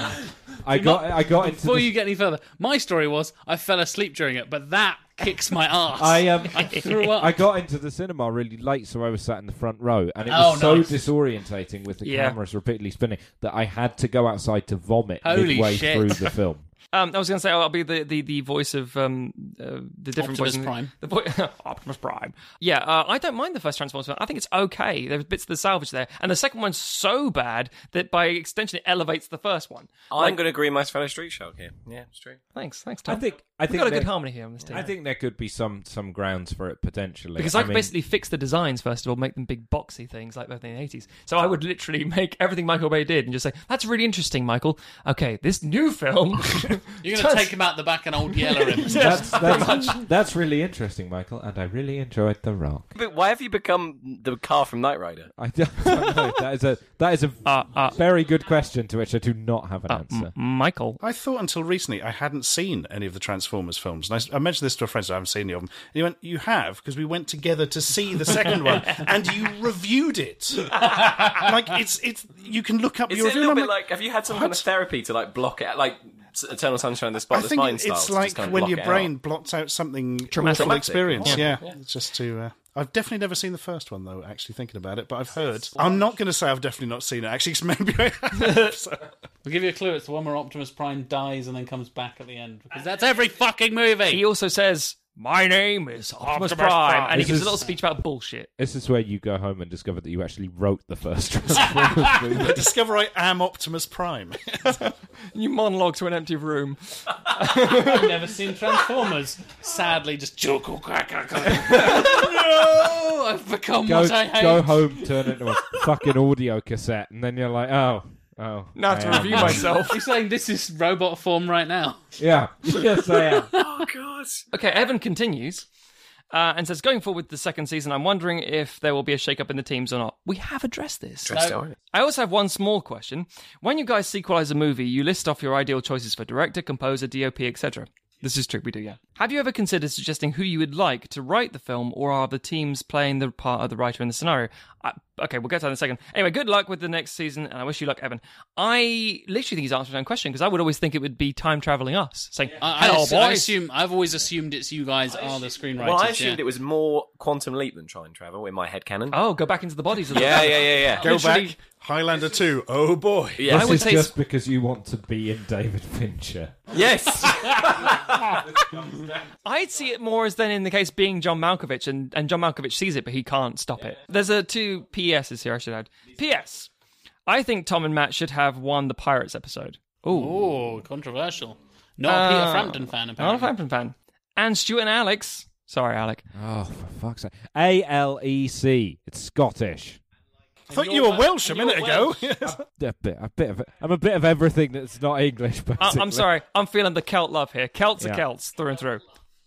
S4: I got I got into
S1: Before
S4: the,
S1: you get any further, my story was I fell asleep during it, but that kicks my ass.
S4: I um
S1: threw up.
S4: I got into the cinema really late, so I was sat in the front row, and it
S1: Oh,
S4: was so
S1: nice.
S4: disorientating with the
S5: Yeah.
S4: cameras repeatedly spinning that I had to go outside to vomit
S1: Holy
S4: midway
S1: shit.
S4: through the film.
S5: Um, I was going to say I'll be the, the, the voice of um, uh, the different
S1: Optimus
S5: voice in the-
S1: Prime.
S5: The vo- (laughs) Optimus Prime. Yeah, uh, I don't mind the first Transformers film. I think it's okay. There's bits of the salvage there, and the second one's so bad that by extension it elevates the first one.
S2: I'm going to agree with my fellow street shark here. Yeah, it's true.
S5: Thanks, thanks,
S4: I
S5: Tom.
S4: think I
S5: we've
S4: think
S5: got a good
S4: there-
S5: harmony here on this team.
S4: I think there could be some some grounds for it potentially
S5: Because
S4: I
S5: I could
S4: mean-
S5: basically (laughs) fix the designs first of all, make them big boxy things like back in the eighties. So I would literally (laughs) make everything Michael Bay did and just say, "That's really interesting, Michael. Okay, this new film,
S1: (laughs) You're
S5: (laughs)
S1: going to take him out the back and old yeller him.
S4: That's that's, that's really interesting, Michael, and I really enjoyed The Rock.
S2: But why have you become the car from Knight Rider?
S4: (laughs) I don't, don't know. That is a that is a
S5: uh, uh,
S4: very good question to which I do not have an
S5: uh,
S4: answer.
S5: M- Michael."
S3: I thought until recently I hadn't seen any of the Transformers films. And I s- I, mentioned this to a friend, so I haven't seen any of them. And he went, You have? Because we went together to see the second
S2: (laughs)
S3: one and you reviewed it. like, it's, it's, you can look up
S2: Is
S3: your
S2: it a
S3: review.
S2: little
S3: and
S2: bit
S3: I'm
S2: like, have you had some kind of
S3: What?
S2: therapy to like block it, like s- Eternal Sunshine of the
S3: I
S2: Spotless
S3: think
S2: Mind style?
S3: it's
S2: to just
S3: like
S2: kind of
S3: when
S2: block
S3: your
S2: it
S3: brain
S2: out?
S3: blots out something
S5: Traumatic.
S3: awful experience.
S2: Yeah.
S3: Yeah. It's just to. Uh, I've definitely never seen the first one though. Actually, thinking about it, but I've heard. I'm not going to say I've definitely not seen it. Actually, 'cause maybe I have. So-
S2: (laughs)
S1: We'll give you a clue. It's the one where Optimus Prime dies and then comes back at the end. Because that's every fucking movie.
S5: He also says, "My name is Optimus,
S1: Optimus
S5: Prime,",
S1: Prime.
S5: and he
S4: This
S5: gives
S4: is-
S5: a little speech about bullshit. (laughs)
S4: This is where you go home and discover that you actually wrote the (laughs) first Transformers movie.
S3: I discover I am Optimus
S2: (laughs)
S3: Prime.
S5: You monologue to an empty room.
S1: I've never seen Transformers. Sadly, just joke. No, I've become
S4: Go,
S1: what I hate.
S4: go home, turn it into a fucking audio cassette, and then you're like, oh, oh.
S5: Now I have
S4: I
S5: to
S4: am
S5: review
S1: (laughs)
S4: now.
S5: myself.
S1: You're saying this is robot form right now.
S4: Yeah, (laughs) yes I am.
S2: Oh god!
S5: Okay, Evan continues uh, and says, "Going forward, with the second season, I'm wondering if there will be a shake-up in the teams or not. We have addressed this. I also have one small question. When you guys sequelize a movie, you list off your ideal choices for director, composer, DOP, etc. This is true, we do, yeah. Have you ever considered suggesting who you would like to write the film, or are the teams playing the part of the writer in the scenario? I, okay, we'll get to that in a second. Anyway, good luck with the next season, and I wish you luck, Evan. I literally think he's answered my own question because I would always think it would be time traveling us saying,
S1: I, I,
S5: "Hello,
S1: assu- I
S5: boys."
S1: assume I've always assumed it's you guys are the screenwriters.
S2: Well, I
S1: yeah.
S2: assumed it was more Quantum Leap than Try and Travel in my head canon.
S5: Oh, go back into the bodies of the
S2: Yeah, yeah, yeah, yeah.
S3: Go
S5: Literally-
S3: back. Highlander 2. Oh boy.
S2: Yeah.
S5: I
S4: This
S5: would
S4: is
S5: say
S4: just because you want to be in David Fincher.
S3: (laughs)
S2: Yes.
S5: I'd see it more as then in the case being John Malkovich, and, and John Malkovich sees it, but he can't stop it. There's a two PSs here I should add. PS. I think Tom and Matt should have won the Pirates episode. Ooh.
S1: Oh, controversial. Not a
S5: Uh,
S1: Peter Frampton fan,
S5: I'm a
S1: apparently.
S5: Frampton fan. And Stuart and Alex. Sorry, Alec.
S4: Oh, for fuck's sake. A L E C. It's Scottish.
S3: I thought you were Welsh a
S1: you
S3: minute
S1: were
S3: ago. (laughs)
S1: Welsh.
S3: Yes.
S4: A bit, a bit of, I'm a bit of everything that's not English.
S5: I-
S4: Basically.
S5: I'm sorry. I'm feeling the Celt love here. Celts
S4: Yeah.
S5: are Celts through and through.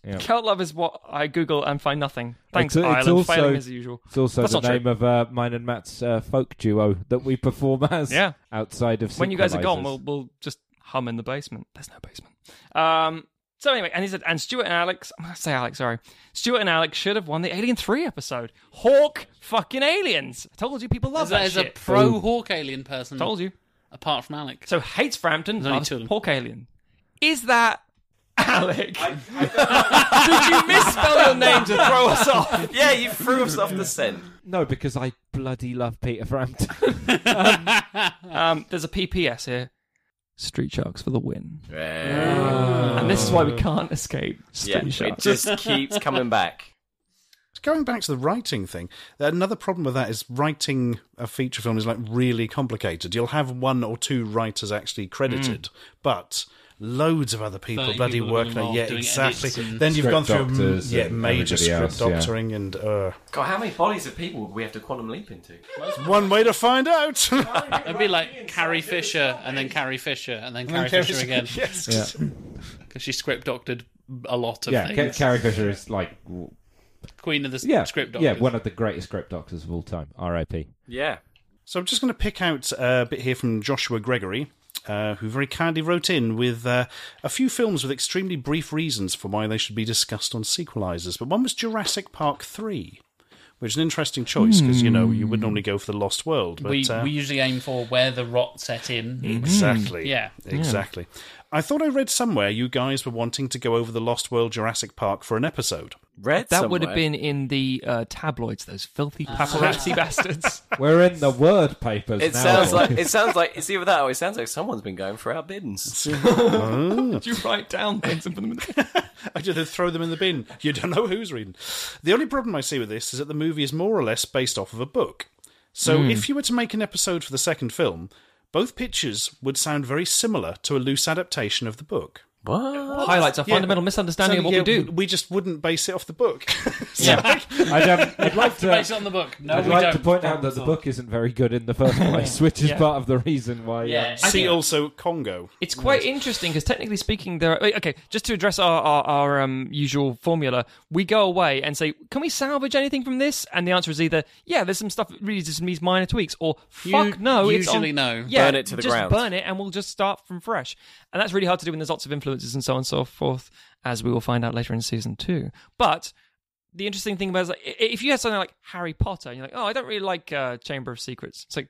S4: Yeah.
S5: Celt love is what I Google and find nothing. Thanks,
S4: It's- it's
S5: Ireland.
S4: also-
S5: Failing as usual.
S4: It's also
S5: That's
S4: the
S5: not true.
S4: name of uh, mine and Matt's uh, folk duo that we perform (laughs) as
S5: Yeah.
S4: outside of
S5: when you guys are gone,
S4: synchronisers.
S5: we'll we'll just hum in the basement. There's no basement. Um. So anyway, and he said, and Stuart and Alex, I'm gonna say Alex, sorry. Stuart and Alex should have won the Alien Three episode. Hawk fucking aliens. I told you, people
S1: As
S5: love that,
S1: a, as a
S5: shit.
S1: pro Hawk alien person,
S5: told you.
S1: apart from Alec.
S5: So hates Frampton,
S1: only
S5: loves
S1: two of them.
S5: Hawk alien. Is that Alec? (laughs) Did you misspell your name to throw us off?
S2: yeah, you threw us off the scent.
S4: No, because I bloody love Peter Frampton.
S5: Um, there's a PPS here. Street Sharks for the win.
S2: Yeah.
S5: and this is why we
S1: Uh,
S5: can't escape Street
S2: it
S5: Sharks.
S2: just keeps coming back.
S3: Going back to the writing thing, another problem with that is writing a feature film is like really complicated. You'll have one or two writers actually credited, but loads of other people
S1: Mm. Thirty
S3: bloody
S1: people have
S3: work
S1: been
S3: there.
S1: involved
S3: Yeah,
S1: doing
S3: exactly.
S1: edits and
S3: Then you've
S4: script
S3: gone through mm,
S4: doctors
S3: yeah
S4: and everybody
S3: major script
S4: else, yeah.
S3: doctoring and uh, (laughs)
S2: God, how many bodies of people would we have to quantum leap into?
S3: one way to find out.
S1: It'd be like Carrie Fisher, and then Carrie Fisher, and then Carrie Fisher again,
S3: (laughs) yes.
S1: because she script doctored a lot of
S4: (laughs) yeah, Ca-
S1: things.
S4: Carrie Fisher is like, w-
S1: Queen of the
S4: yeah,
S1: script doctors.
S4: yeah, one of the greatest script doctors of all time. R.I.P.
S2: Yeah.
S3: So I'm just going to pick out a bit here from Joshua Gregory, uh, who very kindly wrote in with uh, a few films with extremely brief reasons for why they should be discussed on sequelizers. But one was Jurassic Park 3, which is an interesting choice because, you know, you would normally go for The Lost World. But,
S1: we
S3: uh,
S1: we mm, usually aim for where the rot set
S4: Mm.
S1: in.
S3: Exactly.
S1: Yeah.
S3: Exactly. I thought I read somewhere you guys were wanting to go over The Lost World Jurassic Park for an episode.
S2: Red
S5: That would have been in the uh, tabloids, those filthy
S3: Ah.
S5: paparazzi
S3: (laughs)
S5: bastards.
S4: We're in the word papers
S2: It
S4: now.
S2: sounds like it sounds like it's either that or it sounds like someone's been going for our bins.
S5: Did you write down things and put them in the...
S3: (laughs) I just then throw them in the bin. You don't know who's reading. The only problem I see with this is that the movie is more or less based off of a book. So
S5: Hmm.
S3: if you were to make an episode for the second film, both pictures would sound very similar to a loose adaptation of the book.
S2: (laughs) What?
S5: Highlights a fundamental
S3: So,
S5: misunderstanding of what
S3: yeah,
S5: we do.
S3: We just wouldn't base it off
S5: (laughs)
S3: the book.
S5: Yeah.
S4: (laughs) I'd, um,
S1: (laughs)
S4: I'd like to.
S1: Based on the book. No,
S4: I'd
S1: we
S4: like
S1: don't.
S4: to point out that the book isn't very good in
S5: (laughs)
S4: the first place, which is part of the reason why. uh,
S1: Yeah.
S3: See also Congo.
S5: It's quite interesting because technically speaking, there. Are, wait, okay, just to address our our, our um, usual formula, we go away and say, "Can we salvage anything from this?" And the answer is either, "Yeah, there's some stuff that really just needs minor tweaks," or "Fuck no." It's
S1: usually
S5: on,
S1: no.
S5: Yeah,
S2: Burn it to the
S5: just
S2: ground.
S5: burn it, and we'll just start from fresh. And that's really hard to do when there's lots of influences and so on and so forth, as we will find out later in season two. But the interesting thing about it is like, i- if you had something like Harry Potter, and you're like, "Oh, I don't really like uh, Chamber of Secrets." It's like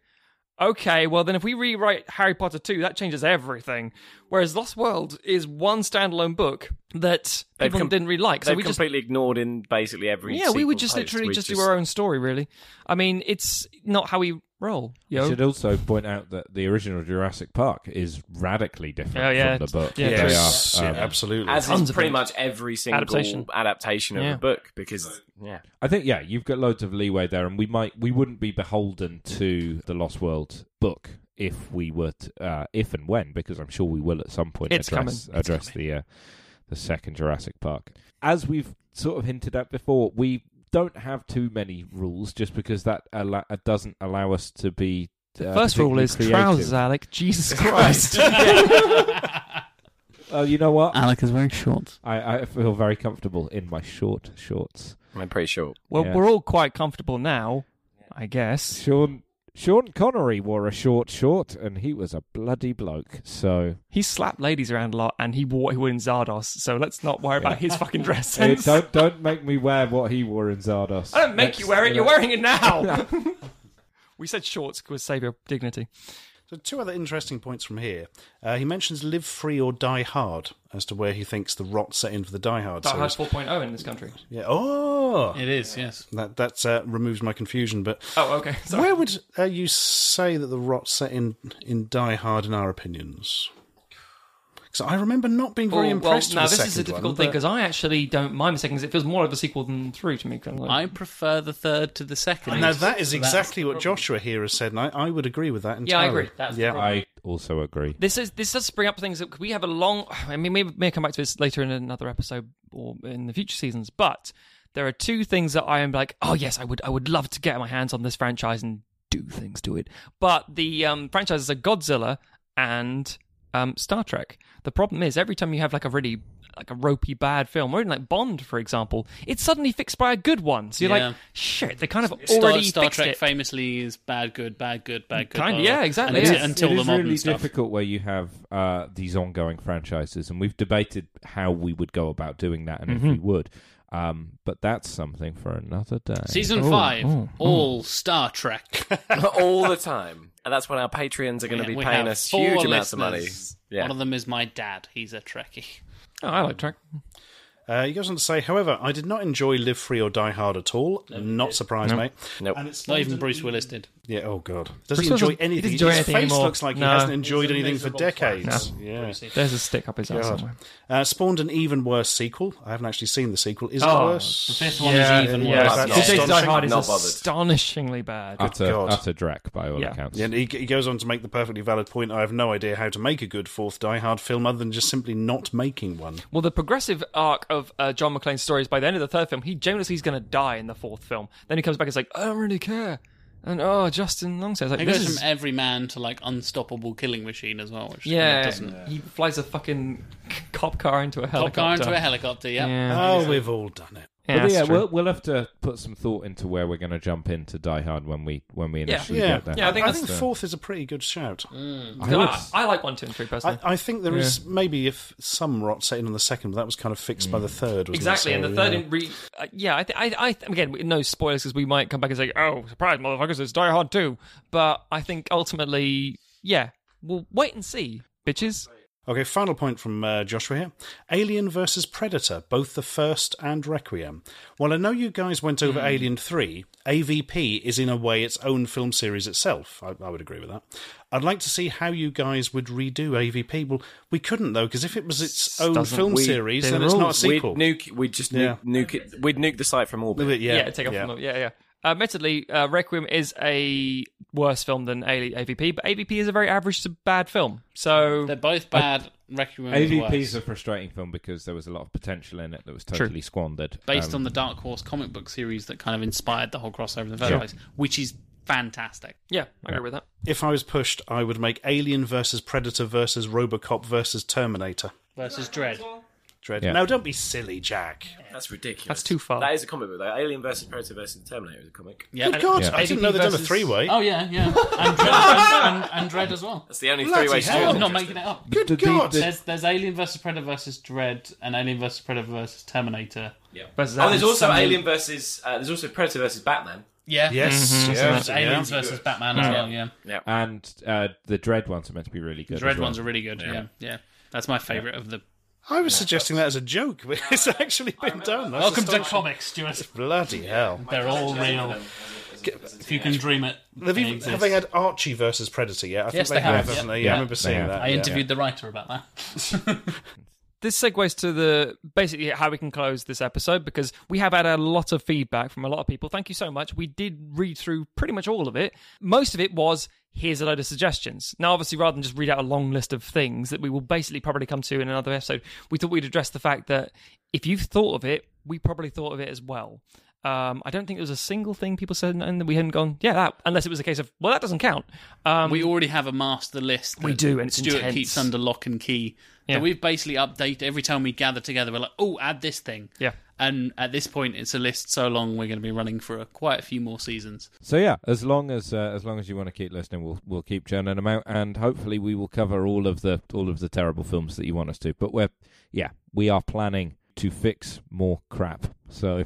S5: okay, well then if we rewrite Harry Potter 2, that changes everything. Whereas Lost World is one standalone book that
S2: They've
S5: people
S2: com-
S5: didn't really like. So
S2: They've
S5: we just
S2: completely ignored in basically every.
S5: yeah, we would
S2: sequel
S5: just
S2: post.
S5: literally
S2: We
S5: just, do our own story, really. I mean, it's not how we roll,
S4: I
S5: yo.
S4: should uh, also point out that the original Jurassic Park is radically different
S5: Oh, yeah.
S4: from the book.
S5: Yeah,
S4: They
S5: true.
S3: Yes,
S4: are,
S3: yeah,
S4: um,
S3: absolutely.
S2: As
S5: Tons
S2: is
S5: of
S2: pretty
S5: things.
S2: much every single
S5: Adaptation.
S2: adaptation, of
S5: Yeah.
S2: the book because yeah,
S4: I think yeah, you've got loads of leeway there, and we might we wouldn't be beholden to the Lost World book if we were to, uh, if and when because I'm sure we will at some point
S5: It's
S4: address
S5: coming. It's
S4: address the uh, the second Jurassic Park. As we've sort of hinted at before, we don't have too many rules just because that alla- uh, doesn't allow us to be. Uh,
S5: First rule
S4: particularly
S5: is
S4: creative.
S5: trousers,
S4: (laughs)
S5: Alec. Jesus Christ.
S4: Oh, you know what?
S1: Alec is wearing shorts.
S4: I, I feel very comfortable in my short shorts.
S2: (laughs) I'm pretty sure.
S5: well,
S4: Yeah.
S5: we're all quite comfortable now, I guess.
S4: Sean Sean Connery wore a short short, and he was a bloody bloke. So
S5: He slapped ladies around a lot, and he wore he wore in Zardos. So let's not worry about his
S4: (laughs)
S5: fucking dress
S4: Eh,
S5: sense.
S4: don't don't make me wear what he wore in Zardos.
S5: I don't make
S4: Let's-
S5: you wear it. You're
S4: let's-
S5: wearing it
S3: (laughs)
S5: now. (laughs) we said shorts could save your dignity.
S3: So, two other interesting points from here. Uh, he mentions "Live Free or Die Hard" as to where he thinks the rot set in for the Die Hard
S5: Die Hard
S3: series.
S5: 4.0 in this country.
S3: Yeah. Oh,
S1: It is, yes.
S3: that that uh, removes my confusion. But
S5: Oh, okay. Sorry.
S3: where would uh, you say that the rot set in in Die Hard, in our opinions? Because I remember not being very
S5: Oh,
S3: impressed
S5: well, now
S3: with the
S5: this is a
S3: second
S5: difficult
S3: one,
S5: thing
S3: but-
S5: because I actually don't mind the second 'cause it feels more of a sequel than three to me. kind of like-
S1: I prefer the third to the second.
S3: Now that is
S1: So
S3: exactly what Joshua here has said, and I, I would agree with that
S5: Yeah, I
S3: entirely.
S5: agree. That's the
S3: yeah,
S5: problem.
S4: I also agree.
S5: This is this does bring up things that we have a long. I mean, we may come back to this later in another episode or in the future seasons. But there are two things that I am like, oh yes, I would, I would love to get my hands on this franchise and do things to it. But the um, franchises are Godzilla and um, Star Trek. The problem is every time you have like a really like a ropey bad film, or even like Bond, for example, it's suddenly fixed by a good one. So you're
S1: Yeah.
S5: like, shit, they kind of
S1: Star,
S5: already
S1: Star
S5: fixed
S1: Trek
S5: it.
S1: famously is bad, good, bad, good, bad, good.
S5: Kinda,
S1: blah, blah,
S5: yeah,
S1: blah.
S5: exactly,
S1: And
S5: yeah.
S1: it's- Until
S4: it
S1: the
S4: is
S1: modern
S4: really
S1: stuff.
S4: difficult where you have uh, these ongoing franchises, and we've debated how we would go about doing that and if
S5: Mm-hmm.
S4: we would. Um, but that's something for another day.
S1: Season
S4: Oh,
S1: five,
S4: oh, oh.
S1: all Star Trek.
S2: all the time. And that's when our Patreons are going to
S1: Yeah,
S2: be
S1: we
S2: paying
S1: have
S2: us
S1: four
S2: huge amounts of money.
S1: listeners.
S2: Yeah.
S1: One of them is my dad. He's a Trekkie.
S5: Oh, I like Trek.
S3: Uh, he goes on to say, however, I did not enjoy Live Free or Die Hard at all. not surprised, mate.
S2: Nope.
S3: And it's
S1: Not even Bruce Willis did.
S3: Yeah. Oh God. Does
S5: Bruce
S3: he enjoy
S5: doesn't- he
S3: anything?
S5: doesn't enjoy
S3: His
S5: anything
S3: face
S5: anymore.
S3: looks like he
S5: No.
S3: hasn't enjoyed anything for decades. Yeah.
S5: There's a stick up his ass
S3: God.
S5: somewhere.
S3: Uh, spawned an even worse sequel. I haven't actually seen the sequel. Is it
S5: Oh,
S3: worse?
S1: The fifth one is even
S3: yeah,
S1: worse.
S3: that's
S5: Who Takes Die
S3: astonishing.
S5: Hard is
S2: Not bothered.
S5: astonishingly bad.
S4: utter,
S3: God.
S4: utter dreck by all
S5: Yeah.
S4: accounts.
S3: Yeah, and he, he goes on to make the perfectly valid point. I have no idea how to make a good fourth Die Hard film other than just simply not making one.
S5: Well, the progressive arc of uh, John McClane's story is by the end of the third film, he generally he's going to die in the fourth film. Then he comes back and is like, I don't really care. And oh, Justin Long says, like,
S1: It
S5: this
S1: goes
S5: is.
S1: from every man to like unstoppable killing machine as well, which
S5: yeah,
S1: kind of doesn't.
S5: he flies a fucking cop car into a
S1: Pop
S5: helicopter.
S1: car into a helicopter. Yeah.
S5: Yeah,
S3: Oh, we've all done it.
S5: yeah,
S4: But
S5: that's
S4: yeah,
S5: true.
S4: we'll, we'll have to put some thought into where we're going to jump into Die Hard when we when we
S5: Yeah.
S4: initially
S3: yeah,
S4: get there.
S5: Yeah, I think that's Mm.
S4: the-
S3: fourth is a pretty good shout.
S5: I, I like one, two, and three personally.
S3: I, I think there is maybe if some rot set in on the second, but that was kind of fixed by the third. Wasn't
S5: Mm. Exactly,
S3: it?
S5: and
S3: So,
S5: the third,
S3: yeah.
S5: in re- uh, yeah, I, th- I, I, th- again, no spoilers because we might come back and say, "Oh, surprise, motherfuckers, it's Die Hard 2. But I think ultimately, yeah, we'll wait and see, bitches.
S3: Okay, final point from uh, Joshua here. Alien versus Predator, both the first and Requiem. While I know you guys went over
S5: Hmm.
S3: Alien 3, AVP is in a way its own film series itself. I, I would agree with that. I'd like to see how you guys would redo AVP. Well, we couldn't, though, because if it was its own
S5: doesn't-
S3: film
S2: we-
S3: series,
S5: the
S3: then it's not a
S5: rules.
S2: We'd
S3: sequel.
S2: nuke. We'd just nuke, nuke it. We'd nuke the site from orbit.
S3: yeah,
S5: Yeah, take off
S3: yeah.
S5: from the, yeah, yeah. Admittedly, uh, Requiem is a worse film than A- AVP, but AVP is a very average to bad film. So
S1: They're both bad. Requiem is
S4: AVP's
S1: worse.
S4: a frustrating film because there was a lot of potential in it that was totally squandered.
S1: based
S4: Um,
S1: on the Dark Horse comic book series that kind of inspired the whole crossover in the first place, which is fantastic.
S5: yeah, I agree with that.
S3: If I was pushed, I would make Alien versus Predator versus Robocop versus Terminator.
S1: Versus Dread.
S3: Dread.
S4: Yeah.
S3: Now, don't be silly, Jack.
S2: That's ridiculous.
S5: That's too far.
S2: That is a comic book though. Alien versus Predator versus Terminator is a comic.
S1: Yeah.
S3: Good God,
S4: Yeah.
S3: I didn't know they'd done a
S5: versus-
S3: three-way. Oh,
S1: Oh yeah, yeah, and Dread, and, and, and Dread as well.
S2: That's the only
S3: Bloody
S2: three ways.
S3: hell.
S1: I'm not making it up.
S3: Good
S4: The- the-
S3: God.
S4: the-
S1: There's there's Alien versus Predator versus Dread and Alien versus Predator versus Terminator.
S2: Yeah.
S5: Versus
S2: Oh, there's
S5: Alien.
S2: also Alien versus. Uh, there's also Predator versus Batman.
S1: Yeah.
S3: Yes,
S5: Mm-hmm.
S1: There's
S3: yes, yeah.
S1: Aliens versus Batman as well. Yeah.
S4: and uh, the Dread ones are meant to be really good.
S1: The Dread
S4: as well.
S1: ones are really good. Yeah. Yeah. That's my favourite of the.
S3: I was suggesting that as a joke, but (laughs) it's actually been done. That's
S1: Welcome to
S3: astonishing.
S1: comics, Stuart.
S3: Bloody hell.
S1: They're all real. If you can dream it,
S3: Have,
S1: they
S3: you,
S1: exist.
S3: have they had Archie versus Predator yet? I think
S1: Yes,
S3: they,
S1: they
S3: have,
S1: have,
S3: haven't
S1: yeah.
S3: they? Yeah,
S4: Yeah,
S3: I remember
S4: they
S3: seeing
S4: have.
S3: that.
S1: I
S3: yeah.
S1: interviewed the writer about that.
S5: this segues to the basically how we can close this episode because we have had a lot of feedback from a lot of people. Thank you so much. We did read through pretty much all of it. Most of it was here's a load of suggestions. Now, obviously, rather than just read out a long list of things that we will basically probably come to in another episode, we thought we'd address the fact that if you've thought of it, we probably thought of it as well. Um, I don't think there was a single thing people said and that we hadn't gone, yeah, that, unless it was a case of, well, that doesn't count. Um,
S1: we already have a master list.
S5: We
S1: that
S5: do, and it's
S1: Stuart
S5: intense.
S1: keeps under lock and key.
S5: Yeah.
S1: That we've basically updated every time we gather together. We're like, oh, add this thing.
S5: Yeah.
S1: And at this point, it's a list so long we're going to be running for a, quite a few more seasons.
S4: So yeah, as long as uh, as long as you want to keep listening, we'll we'll keep churning them out, and hopefully we will cover all of the all of the terrible films that you want us to. But we're yeah, we are planning to fix more crap.
S1: (laughs)
S4: So
S2: And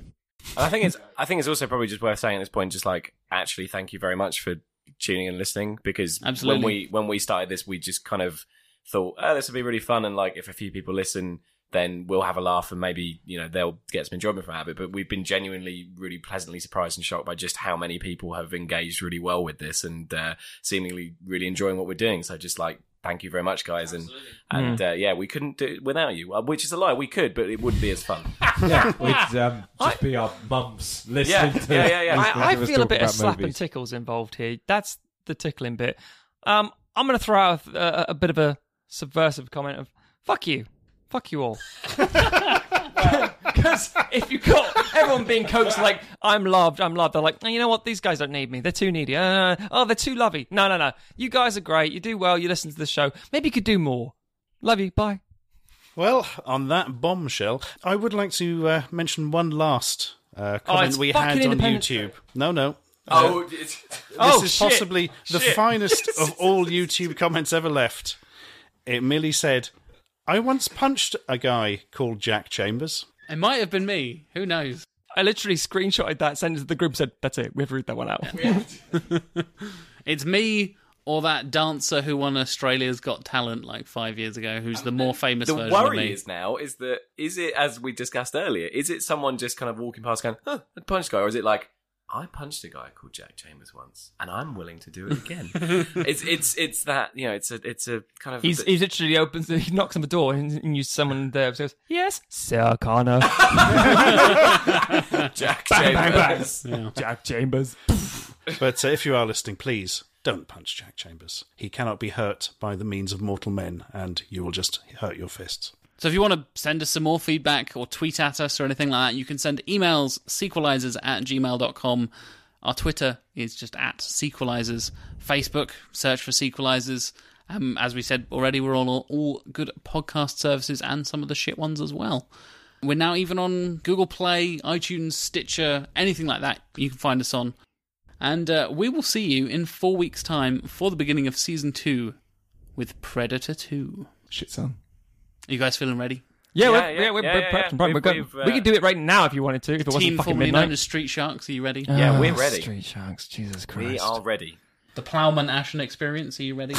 S2: I think it's I think it's also probably just worth saying at this point, just like actually, thank you very much for tuning and listening because
S1: Absolutely.
S2: when we when we started this, we just kind of thought, oh, this will be really fun, and like if a few people listen, then we'll have a laugh and maybe you know they'll get some enjoyment from out of it. But we've been genuinely really pleasantly surprised and shocked by just how many people have engaged really well with this and uh, seemingly really enjoying what we're doing. So just like. Thank you very much, guys, and and uh, yeah, we couldn't do it without you, uh, which is a lie. We could, but it wouldn't be as fun.
S4: yeah, (laughs) we'd um, just be our mums listening
S2: Yeah, yeah, yeah, yeah.
S4: listening
S5: I, I
S4: to us
S5: feel a
S4: talk
S5: bit of
S4: about
S5: slap and
S4: movies.
S5: tickles involved here. That's the tickling bit. Um, I'm going to throw out uh, a, a bit of a subversive comment of "fuck you, fuck you all." (laughs) Because if you got everyone being coaxed like I'm loved, I'm loved, they're like, "No, you know what? These guys don't need me. They're too needy. Uh, oh, they're too lovey. No, no, no. You guys are great. You do well. You listen to the show. Maybe you could do more. Love you. Bye.
S3: Well, on that bombshell, I would like to uh, mention one last uh, comment
S5: it's
S3: we
S5: fucking
S3: had on
S5: Independence
S3: YouTube. No, no.
S2: Oh, it's,
S5: Oh,
S3: this is
S5: shit.
S3: possibly the finest of all YouTube comments ever left. It merely said, I once punched a guy called Jack Chambers.
S1: It might have been me. Who knows?
S5: I literally screenshotted that, sent it to the group, said, "That's it. We have to read that one out."
S1: It's me or that dancer who won Australia's Got Talent like five years ago, who's the more famous
S2: Uh, the
S1: version of
S2: worry
S1: me.
S2: is now is that is it as we discussed earlier is it someone just kind of walking past going huh I punched a guy or is it like I punched a guy called Jack Chambers once and I'm willing to do it
S5: (laughs)
S2: again it's it's it's that you know it's a it's a kind of
S5: He's, he literally opens, he knocks on the door, and, and you someone there says, "Yes, Sir Connor,
S2: Jack
S5: bang, bang.
S2: Chambers
S5: Jack Chambers."
S3: But uh, if you are listening, please don't punch Jack Chambers. He cannot be hurt by the means of mortal men, and you will just hurt your fists.
S1: So if you want to send us some more feedback or tweet at us or anything like that, you can send emails, sequelizers at gmail.com. Our Twitter is just at sequelizers. Facebook, search for sequelizers. Um, as we said already, we're on all, all good podcast services and some of the shit ones as well. We're now even on Google Play, iTunes, Stitcher, anything like that. You can find us on. And uh, we will see you in four weeks' time for the beginning of season two with Predator 2.
S5: Shit, son.
S1: Are you guys feeling ready?
S5: (laughs) Yeah,
S2: Yeah,
S5: we're,
S2: yeah,
S5: yeah, we're,
S2: yeah,
S5: we're
S2: yeah,
S5: prepped
S2: yeah.
S5: and primed. We're
S2: We've-
S5: good.
S2: we've, uh,
S5: we could do it right now if you wanted to. If it
S1: team
S5: wasn't fucking
S1: formerly known
S5: midnight.
S1: as Street Sharks. Are you ready?
S2: Yeah,
S5: Ah,
S2: we're ready.
S5: Street sharks. Jesus Christ.
S2: we are ready
S1: The Plowman Ashen Experience. Are you
S4: (laughs)
S1: ready?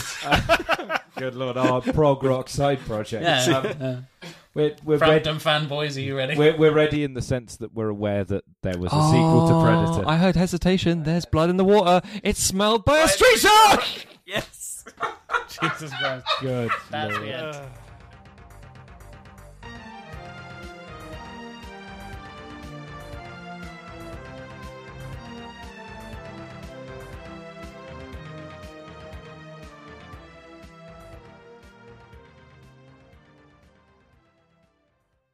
S4: Good lord, our prog rock side project.
S1: Yeah.
S4: Um, we're we're ready.
S1: Frampton fanboys. Are you ready?
S4: We're, we're ready in the sense that we're aware that there was a
S5: Oh,
S4: sequel to Predator.
S5: I heard hesitation. There's blood in the water. It's smelled by a street shark.
S2: yes
S1: Jesus Christ.
S4: Good.
S5: (laughs)
S1: That's
S4: lord.
S1: the end.